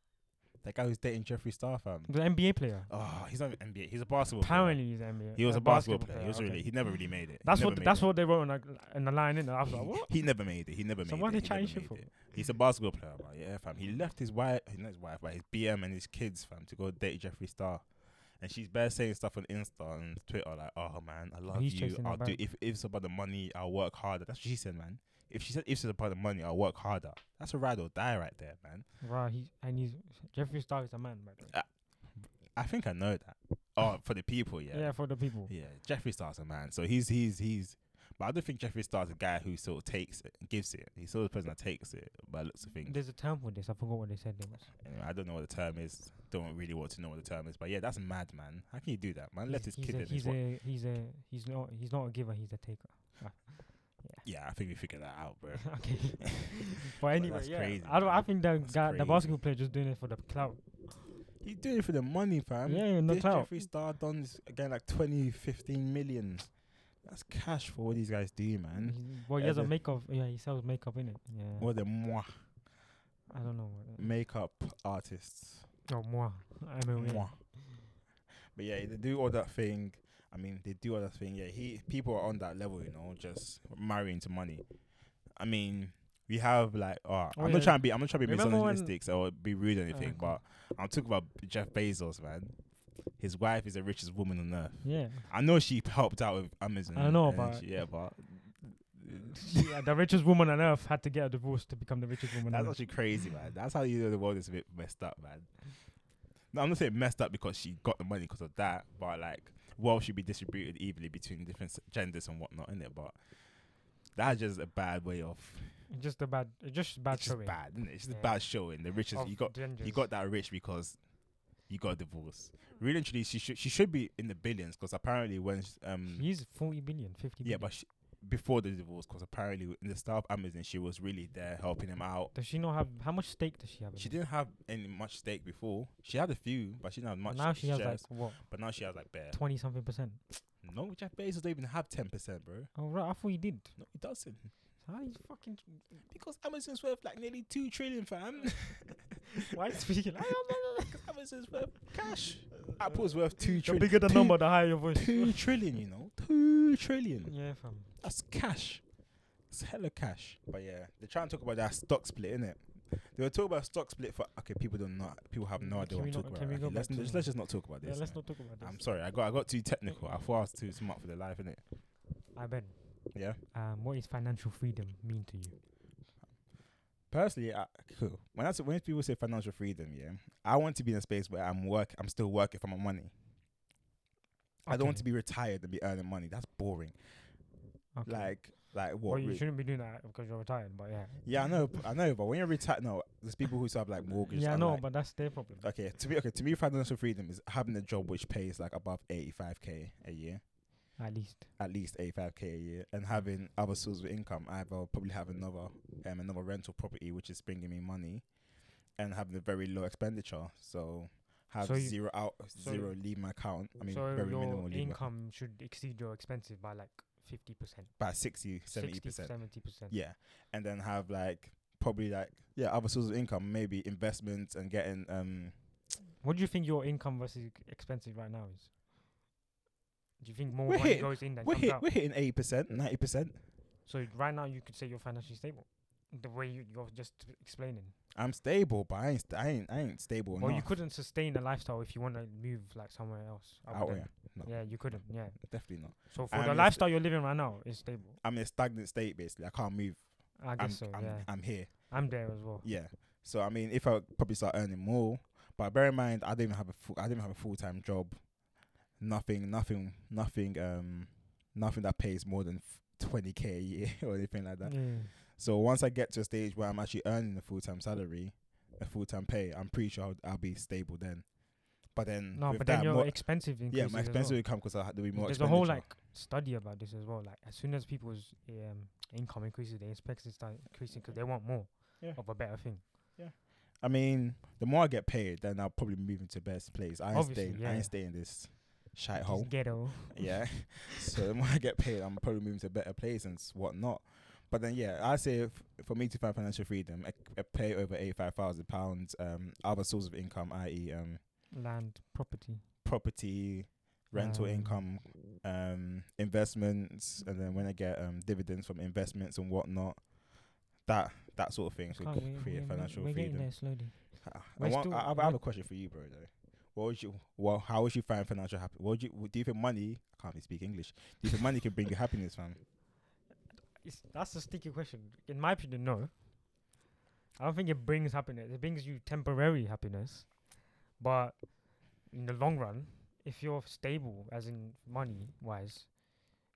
A: That guy who's dating Jeffree Star, fam.
B: The NBA player.
A: Oh, he's not even NBA. He's a basketball. player.
B: Apparently, he's an NBA.
A: he was a basketball, player. He was
B: okay.
A: really. He never really made it. He
B: That's
A: never
B: what.
A: made
B: That's
A: it.
B: what they wrote in, like, in the line. In I was
A: He-
B: like, what?
A: He never made it. He never made
B: So
A: it.
B: what they
A: He never
B: trying shit
A: made
B: for?
A: it. He's a basketball player, bro. Yeah, fam. He left his wife, not his wife, but his BM and his kids, fam, to go date Jeffree Star. And she's bare saying stuff on Insta and Twitter like, "Oh man, I love
B: he's
A: you.
B: chasing her
A: I'll do
B: bag.
A: if if it's about the money, I'll work harder." That's what she said, man. If she said if it's about the money, I'll work harder. That's a ride or die right there, man.
B: Right. He and he's Jeffree Star is a man. By the way.
A: I think I know that. Oh, for the people, yeah,
B: Yeah. for the people.
A: yeah. Jeffree Star's a man, so he's he's he's. But I don't think Jeffree Star's a guy who sort of takes it, gives it. He's sort of the person that takes it by the looks of things.
B: There's a term for this. I forgot what they said. It was.
A: Anyway, I don't know what the term is. Don't really want to know what the term is. But yeah, that's mad, man. How can you do that, man? Left his
B: he's
A: kid
B: a,
A: in his
B: he's
A: wa-
B: a, he's a he's not he's not a giver. He's a taker.
A: Yeah, I think we figured that out, bro.
B: okay. but anyway,
A: that's
B: yeah.
A: crazy,
B: I don't. I
A: man.
B: think that
A: That's
B: guy, the
A: crazy.
B: basketball player, just doing it for the clout.
A: you doing it for the money, fam.
B: Yeah, yeah, no
A: this
B: clout.
A: Jeffree Star done this again like 20, 15 million. That's cash for what these guys do, man.
B: He- Well, he
A: Yeah,
B: has a
A: the-
B: makeup. Yeah, he sells makeup in it. Yeah.
A: Or the moi
B: I don't know. what- uh,
A: makeup artists.
B: Oh, moi. I mean,
A: Mwah. But yeah, they do all that thing. I mean, they do all that thing. Yeah, he people are on that level, you know, just marrying to money. I mean, we have like, oh,
B: Oh,
A: I'm not
B: yeah.
A: trying to be, I'm not trying to be
B: Remember when- Uh-huh.
A: misogynistic or be rude or anything,
B: okay.
A: but I'm talking about Jeff Bezos, man. His wife is the richest woman on earth.
B: Yeah.
A: I know she helped out with Amazon.
B: I know,
A: and
B: but-
A: she- yeah, but
B: yeah, the richest woman on earth had to get a divorce to become the richest woman.
A: That's
B: on earth.
A: actually crazy, man. That's how you know the world is a bit messed up, man. No, I'm not saying messed up because she got the money because of that, but like wealth should be distributed evenly between different s- genders and whatnot, innit? But that's just a bad way of.
B: It's just a bad, it's just bad
A: it's just
B: showing.
A: bad, isn't it? It's just
B: Yeah.
A: bad showing. The riches
B: of
A: you got,
B: genders.
A: you got that rich because you got a divorce. Really, actually, she should she should be in the billions because apparently when s- um
B: He's 40 billion,
A: yeah,
B: 50 billion.
A: but she, before the divorce because apparently in the start of Amazon she was really there helping him out.
B: does she not have how much stake does she have? in
A: She
B: it?
A: didn't have any much stake before. She had a few, but she didn't have much.
B: now she has
A: shares.
B: like what
A: but now she has like bare.
B: 20 something percent.
A: No, Jeff Bezos don't even have ten percent, bro.
B: Oh, right, I thought he did.
A: No, he doesn't.
B: How you fucking
A: Because Amazon's worth like nearly two trillion, fam.
B: why you speaking? like
A: Because Amazon's worth cash. Apple's worth two
B: the
A: trillion.
B: bigger the
A: two,
B: number, the higher your voice.
A: Two trillion, you know, two trillion.
B: yeah, fam.
A: That's cash. It's hella cash. But yeah, they're trying to talk about that stock split, innit? They were talking about stock split for okay. People don't know. People have no
B: Mm,
A: idea
B: Can
A: what
B: we
A: I'm
B: not-
A: talking
B: can
A: about.
B: we
A: Okay,
B: go
A: let's,
B: back to
A: just,
B: the-
A: let's just not talk about
B: Yeah,
A: this.
B: let's
A: man.
B: not talk about this.
A: I'm sorry, I got I got too technical. I thought I was too smart for the life, innit?
B: I bet.
A: Yeah.
B: Um, what is financial freedom mean to you?
A: Personally, I, cool. when I s- when people say financial freedom, yeah, I want to be in a space where I'm work I'm still working for my money. I don't want
B: Okay.
A: to be retired and be earning money. That's boring.
B: Okay.
A: Like like what?
B: well, you
A: re-
B: shouldn't be doing that because you're retired. But yeah,
A: yeah, I know, I know. But when you're retired, no, there's people who still have like mortgages.
B: yeah, I
A: I'm
B: know,
A: like,
B: but that's their problem.
A: okay, to me, okay, to me, financial freedom is having a job which pays like above 85k a year.
B: At least.
A: at least 85k a year and having other sources of income. I will probably have another um, another rental property which is bringing me money and having a very low expenditure. So have
B: So you-
A: zero out
B: so-
A: zero leave my account. I mean
B: so
A: very minimal
B: your
A: leave my-
B: income should exceed your expenses by like fifty percent,
A: by 60 70 percent.
B: seventy percent.
A: Yeah. And then have like probably like yeah, other sources of income, maybe investments and getting um
B: What do you think your income versus ex- expenses right now is? Do you think more
A: We're
B: money
A: hit-
B: goes in than
A: we're
B: comes
A: hit,
B: out?
A: we're hitting 80%, 90%.
B: So right now you could say you're financially stable, the way you, you're just explaining.
A: I'm stable, but I ain't st- I ain't I ain't stable
B: Well, you
A: enough.
B: couldn't sustain a lifestyle if you want to move like somewhere else. I
A: out
B: wouldn't.
A: here. No,
B: Yeah, you couldn't. Yeah.
A: definitely not.
B: So for
A: I'm
B: the
A: in a
B: lifestyle you're living right now, it's stable.
A: I'm in a stagnant state basically. I can't move.
B: I guess
A: I'm,
B: so.
A: I'm,
B: yeah.
A: I'm here.
B: I'm there as well.
A: Yeah. So I mean, if I probably start earning more, but bear in mind, I don't even have a full, I don't even have a full time job. Nothing, nothing, nothing, um, nothing that pays more than twenty k a year or anything like that. Mm.
B: Yeah.
A: So once I get to a stage where I'm actually earning a full time salary, a full time pay, I'm pretty sure I'll, I'll be stable then. But then,
B: No,
A: with
B: but then
A: that,
B: your
A: more-
B: expensive
A: yeah,
B: increases.
A: my
B: as
A: expenses
B: well.
A: will come because there'll be more.
B: There's a whole
A: expenditure.
B: like study about this as well. Like as soon as people's um, income increases, their expenses start increasing because they want more
A: Yeah.
B: of a better thing.
A: I mean, the more I get paid, then I'll probably move into best place. I ain't
B: Obviously,
A: staying. I
B: yeah.
A: ain't staying in this shite
B: Just
A: hole.
B: ghetto.
A: yeah. So the more I get paid, I'm probably moving to a better place and s- whatnot. But then, yeah, I say f- for me to find financial freedom, a, a pay over eighty-five thousand pounds, um, other source of income, i.e., um,
B: Land, property.
A: property, rental
B: Um,
A: income, um, investments, and then when I get um dividends from investments and whatnot, that that sort of thing should
B: Can't we-
A: create
B: we-
A: financial
B: we're
A: freedom.
B: getting there slowly.
A: Ah, I,
B: We're
A: want,
B: still-
A: I, have- I have
B: we're-
A: a question for you, bro. Though, what would you? Well, how would you find financial happiness? What would you? Do you think money? I can't even speak English. Do you think money can bring you happiness, fam?
B: It's, that's a sticky question. In my opinion, no. I don't think it brings happiness. It brings you temporary happiness, but in the long run, if you're stable, as in money wise,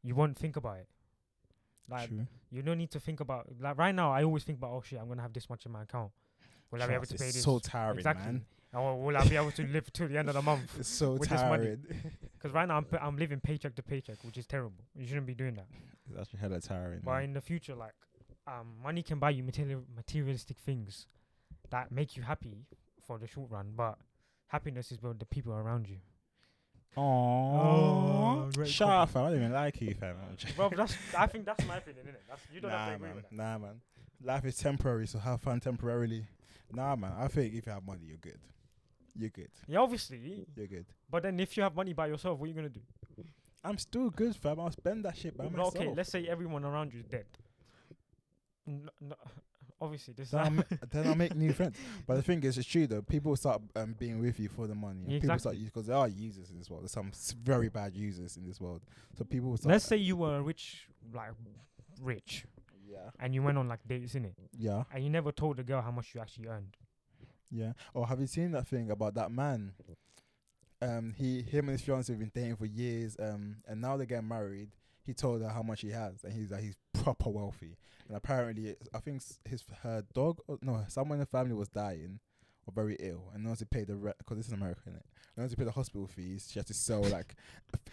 B: you won't think about it. Like
A: True.
B: you don't need to think about like right now. I always think about oh shit, I'm gonna have this much in my account. Will I be able
A: Trust,
B: to
A: it's
B: pay this?
A: So tiring,
B: exactly.
A: man.
B: Or will I be able to live till the end of the month?
A: It's so
B: With this money.
A: tiring.
B: Because right now I'm, p- I'm living paycheck to paycheck, which is terrible. You shouldn't be doing that.
A: it's actually hella tiring.
B: But
A: man.
B: in the future, like, um, money can buy you material materialistic things that make you happy for the short run, but happiness is with the people around you.
A: Aww.
B: Oh, great
A: Shut up, fam. I don't even like you, fam. I'm joking.
B: Bro, that's I think that's my opinion, innit? That's you don't have to
A: nah,
B: agree
A: man.
B: with that.
A: Nah, man. Life is temporary, so have fun temporarily. Nah, man. I think if you have money, you're good. You're good.
B: Yeah, obviously.
A: You're good.
B: But then if you have money by yourself, what are you gonna do?
A: I'm still good, fam. I'll spend that shit by
B: Well,
A: myself.
B: okay, let's say everyone around you is dead. N- n- obviously, this.
A: then,
B: is
A: I'll, ma- then I'll make new friends. But the thing is, it's true though. People start um, being with you for the money. and People start
B: Exactly.
A: because there are users in this world. There's some s- very bad users in this world. So people will start.
B: Let's say you were a rich, like, rich,
A: yeah,
B: and you went on like dates in it,
A: yeah,
B: and you never told the girl how much you actually earned.
A: yeah. Or have you seen that thing about that man? Um, he, him and his fiance have been dating for years. Um, and now they're getting married. He told her how much he has, and he's like he's proper wealthy. And apparently, I think s- his her dog, or no, someone in the family was dying. or very ill, and in order to pay the because this is America, innit? In order to pay the hospital fees, she had to sell like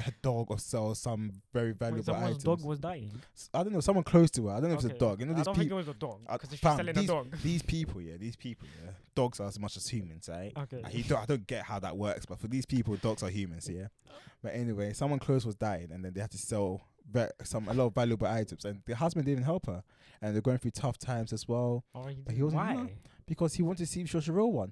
A: a dog or sell some very
B: Wait,
A: valuable
B: someone's
A: items.
B: dog was dying.
A: S- I don't know, someone close to her. I don't know if it's a
B: Okay,
A: dog. You know
B: I
A: these
B: don't think it
A: people.
B: was a dog.
A: I-
B: Because if she's
A: fam,
B: selling a dog.
A: These people, yeah, these people, yeah. Dogs are as much as humans, right?
B: Okay.
A: Like, you don't, I don't get how that works, but for these people, dogs are humans, yeah. But anyway, someone close was dying, and then they had to sell ve- some a lot of valuable items, and the husband didn't help her, and they're going through tough times as well
B: Or
A: But he wasn't
B: Why?
A: young. because he wanted to see if she was a real one.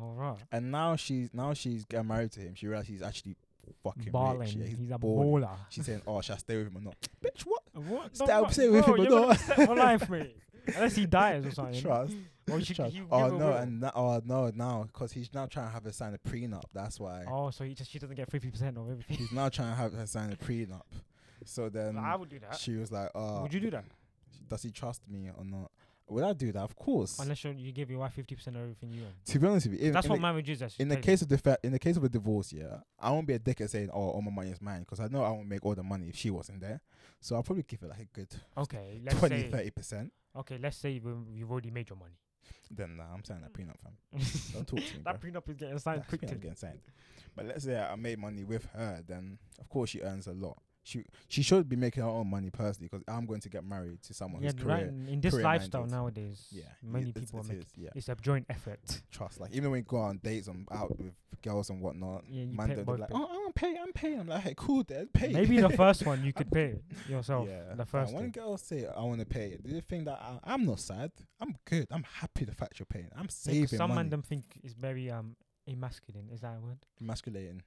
B: All right.
A: And now she's now she's getting married to him. She realized he's actually fucking
B: Balling.
A: rich. Yeah,
B: he's,
A: he's
B: a
A: balling.
B: baller.
A: She's saying, "Oh, should I stay with him or not?" Bitch, what?
B: What?
A: Stay up- stay with him or
B: you're gonna
A: not?
B: be set for life, mate. Unless he dies or something.
A: Trust.
B: Or you-
A: trust.
B: you
A: oh
B: give a
A: no,
B: will.
A: and na- oh no, now because he's now trying to have her sign a prenup. That's why
B: Oh, so he just she doesn't get fifty percent of everything.
A: he's now trying to have her sign a prenup. So then
B: Like, I would do that.
A: she was like, "Oh,
B: would you do that?
A: does he trust me or not?" Would I do that? Of course.
B: Unless you you give your wife fifty percent of everything you earn.
A: to be honest with you, in,
B: That's
A: in
B: what
A: the-
B: marriage is. Actually.
A: in the
B: technically.
A: case of the fa- in the case of a divorce, yeah, I won't be a dickhead saying, "Oh, all my money is mine," because I know I won't make all the money if she wasn't there. So I'll probably give her like a good
B: Okay. Let's
A: twenty,
B: say.
A: thirty percent.
B: Okay. Let's say you- you've already made your money.
A: Then nah, I'm signing that prenup, fam. Don't talk to me, bro.
B: Hmm. that prenup is getting signed
A: That
B: quick.
A: prenup
B: to-
A: getting signed. But let's say I made money with her, then of course she earns a lot. She she should be making her own money personally because I'm going to get married to someone
B: Yeah,
A: whose
B: right.
A: career.
B: In in this
A: career
B: lifestyle
A: minded.
B: nowadays,
A: Yeah, it-
B: many
A: it's-
B: people are
A: it
B: making
A: is, yeah.
B: it's a joint effort.
A: Trust like even when you go on dates and out with girls and whatnot,
B: Yeah, you
A: man,
B: pay
A: they'll be
B: both
A: like,
B: pay.
A: "Oh, I want to pay, I'm paying." I'm like, "Hey, cool, dad, pay."
B: Maybe the first one you could pay yourself.
A: Yeah.
B: The
A: Now,
B: first
A: when
B: thing.
A: girls say I want to pay, do you think that I, I'm not sad? I'm good. I'm happy the fact you're paying. I'm
B: Yeah, 'cause
A: saving
B: some
A: money.
B: of them think it's very um emasculating. Is that a word?
A: Emasculating.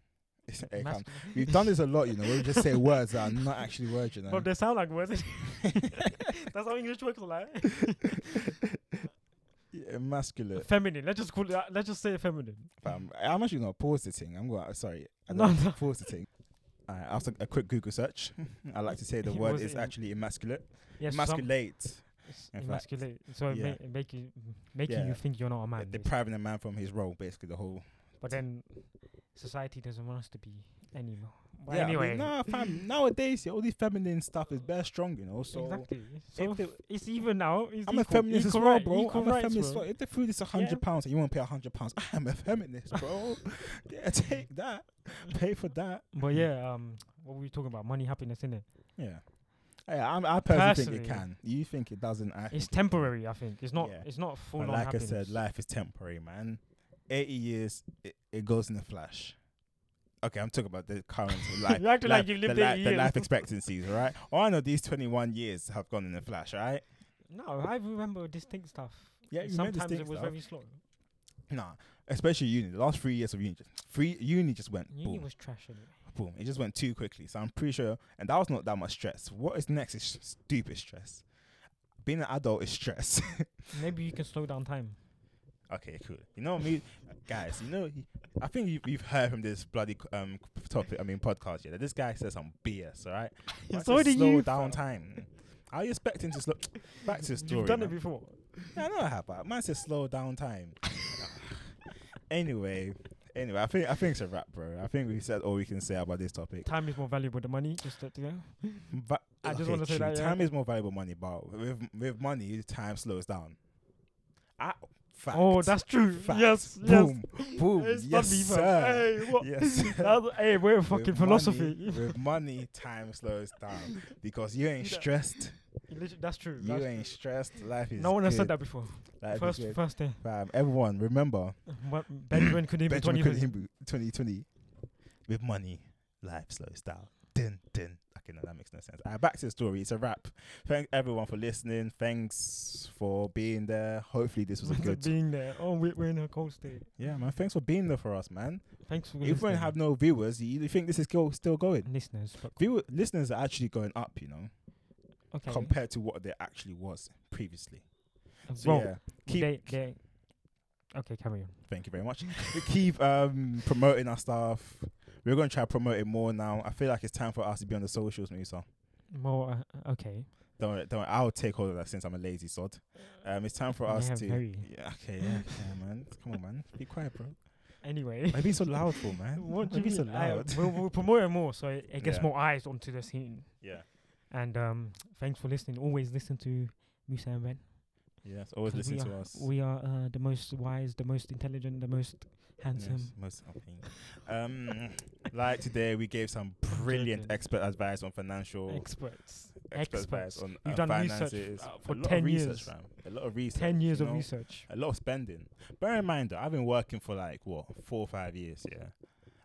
A: It's- it can't-
B: Emasculating.
A: We've done this a lot, you know. where We just say words that are not actually words, you know.
B: But they sound like words. That's how English works, like
A: Yeah, emasculate.
B: feminine. Let's just call it. that- Let's just say feminine.
A: Fam. I'm actually gonna pause the thing. I'm going. to Sorry. I
B: No,
A: don't
B: no.
A: Pause the thing. Alright, after a quick Google search, I like to say the
B: It
A: word
B: was
A: is
B: in-
A: actually emasculate.
B: Yes, some-
A: Emasculate.
B: it's
A: in fact.
B: emasculate. So it
A: Yeah.
B: ma- make you, making
A: Yeah.
B: you think you're not a
A: Yeah,
B: man. basically.
A: depriving a man from his role, basically the whole.
B: But then society doesn't want us to be anymore. But
A: yeah, I mean,
B: anyway,
A: nah, fam. Nowadays, yeah, all this feminine stuff is very strong, you know. So
B: exactly. So
A: they-
B: f- it's even now. It's
A: I'm a
B: equal-
A: feminist
B: equal
A: as well,
B: right-
A: bro.
B: equal
A: I'm a
B: rights,
A: feminist.
B: bro.
A: Bro. If the food is a hundred pounds and you want to pay a hundred pounds, I am a feminist, bro. yeah, take that. Pay for that.
B: But yeah, um, what were we talking about? Money, happiness, innit?
A: Yeah. Yeah, I'm, I personally, think it
B: Personally.
A: can. You think it doesn't? I think
B: It's
A: it can.
B: temporary, I think. It's not.
A: Yeah.
B: It's not full
A: But
B: on.
A: like
B: happiness.
A: I said, life is temporary, man. 80 years, it, it goes in a flash. Okay, I'm talking about the current life.
B: You acting like
A: life-
B: you lived
A: the,
B: 80
A: li- the
B: years.
A: life expectancies, all right? Oh, I know these 21 years have gone in a flash, all right?
B: No, I remember distinct stuff.
A: Yeah, you remember
B: sometimes
A: distinct
B: it was
A: stuff.
B: very slow.
A: Nah, especially uni. The last three years of uni, just three uni just went
B: Uni
A: boom,
B: was trash. Anyway.
A: boom. It just went too quickly. So I'm pretty sure, and that was not that much stress. What is next is stupid stress. Being an adult is stress.
B: Maybe you can slow down time.
A: Okay, cool. You know me, guys. You know, he- I think you've, you've heard from this bloody c- um c- topic. I mean, podcast. Yeah, that this guy says some BS. All right, Why
B: So
A: to
B: do
A: slow
B: you,
A: down
B: fam.
A: time. Are you expecting to slow? Back to the story.
B: You've done
A: man.
B: it before.
A: Yeah, I know I have. But man says slow down time. anyway, anyway, I think I think it's a wrap, bro. I think we said all we can say about this topic.
B: Time is more valuable than money. Just that, yeah.
A: But
B: I just wanna say that, yeah.
A: time is more valuable than money, but with with money, time slows down. Ah, fact.
B: Oh, that's true.
A: Fact.
B: Yes,
A: Boom.
B: yes.
A: Boom.
B: It's
A: Yes,
B: funny, fam.
A: sir.
B: Hey, what?
A: Yes.
B: That's, hey, we're
A: With
B: fucking philosophy.
A: Money, with money, time slows down because you ain't
B: You don't-
A: stressed.
B: You literally- that's true.
A: You
B: that's
A: ain't
B: true.
A: stressed. Life is
B: No one has said
A: good.
B: that before.
A: Life is
B: first,
A: good.
B: first day.
A: Fam, everyone, remember
B: What- Benjamin couldn't even
A: Benjamin
B: 20
A: Kunimbu, 2020. With money, life slows down. Dun, dun. Okay, no, that makes no sense. Uh, back to the story. It's a wrap. Thank everyone for listening. Thanks for being there. Hopefully, this was a good.
B: being there. Oh, we- we're in a cold state.
A: yeah, man. Thanks for being there for us, man.
B: Thanks for
A: If we
B: listening.
A: don't have no viewers, you you think this is go- still going?
B: listeners. But
A: Viewer, listeners are actually going up, you know.
B: okay.
A: compared to what there actually was previously. So
B: Bro,
A: yeah,
B: well,
A: keep.
B: they- they- okay, carry on.
A: Thank you very much. We keep um, promoting our stuff. We're gonna try to promote it more now. I feel like it's time for us to be on the socials, Musa.
B: More uh, okay.
A: Don't worry, don't worry, I'll take all of that since I'm a lazy sod. Um, it's time for us
B: Yeah,
A: to.
B: very.
A: Yeah, okay, yeah, yeah, man. Come on, man. Be quiet, bro.
B: Anyway,
A: Why being so loud for, man?
B: what
A: Why
B: do you
A: being so
B: mean? I-
A: loud?
B: we'll, we'll promote it more, so it, it gets
A: Yeah.
B: more eyes onto the scene.
A: yeah,
B: And um, thanks for listening. Always listen to Musa and Ben.
A: yes. Always
B: 'cause
A: listen
B: we
A: to
B: are,
A: us.
B: We are uh, the most wise, the most intelligent, the most
A: Yes,
B: handsome.
A: most of things. Um, like today, we gave some brilliant
B: joking.
A: expert advice on financial
B: Experts.
A: experts,
B: Experts.
A: on
B: You've
A: uh,
B: done research,
A: finances
B: uh,
A: A
B: for
A: lot of
B: 10
A: research,
B: years.
A: fam. A lot of research.
B: 10 years
A: you
B: of
A: know?
B: research.
A: A lot of spending. Bear in mind that I've been working for like what four or five years. Yeah,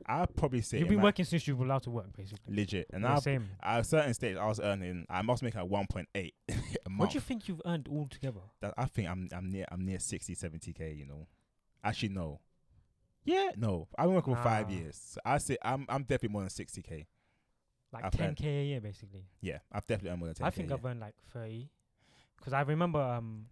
A: I probably say
B: You've
A: in
B: been
A: my-
B: working since you were allowed to work, basically.
A: legit, and
B: We're the
A: I
B: same.
A: at a certain stage I was earning. I must make like one point eight a
B: What
A: month.
B: do you think you've earned all together?
A: that I think I'm I'm near I'm near 60, 70 k. You know, actually no. Yeah, no. I've been working for five
B: Ah.
A: years. So I say I'm I'm definitely more than sixty k.
B: Like
A: I've
B: 10k
A: earned-
B: a year, basically.
A: Yeah, I've definitely earned more than ten.
B: I think I've earned like 30. Because I remember um,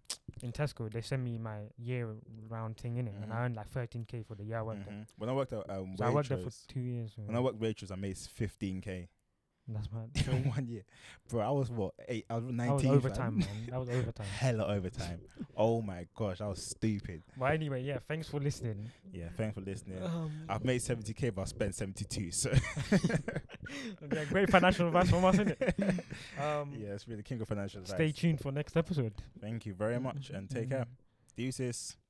B: in Tesco, they sent me my year round thing in it, and
A: Mhm.
B: I earned like 13k for the year I worked there.
A: When I worked at um,
B: So I worked there for
A: Waitrose-
B: two years.
A: When I worked waitress, I made fifteen k
B: That's mad.
A: in one year, bro. I was what eight? I was
B: That was
A: nineteen.
B: overtime,
A: fam.
B: man. That was overtime.
A: Hella overtime. oh my gosh, I was stupid.
B: But anyway, yeah, thanks for listening.
A: Yeah, thanks for listening.
B: Um,
A: I've made seventy k, but I spent seventy two. So
B: yeah, great financial advice from us, innit? Um,
A: yeah, it's really king of financial advice.
B: Stay tuned for next episode. Mm-hmm.
A: Thank you very much, and take care. Deuces.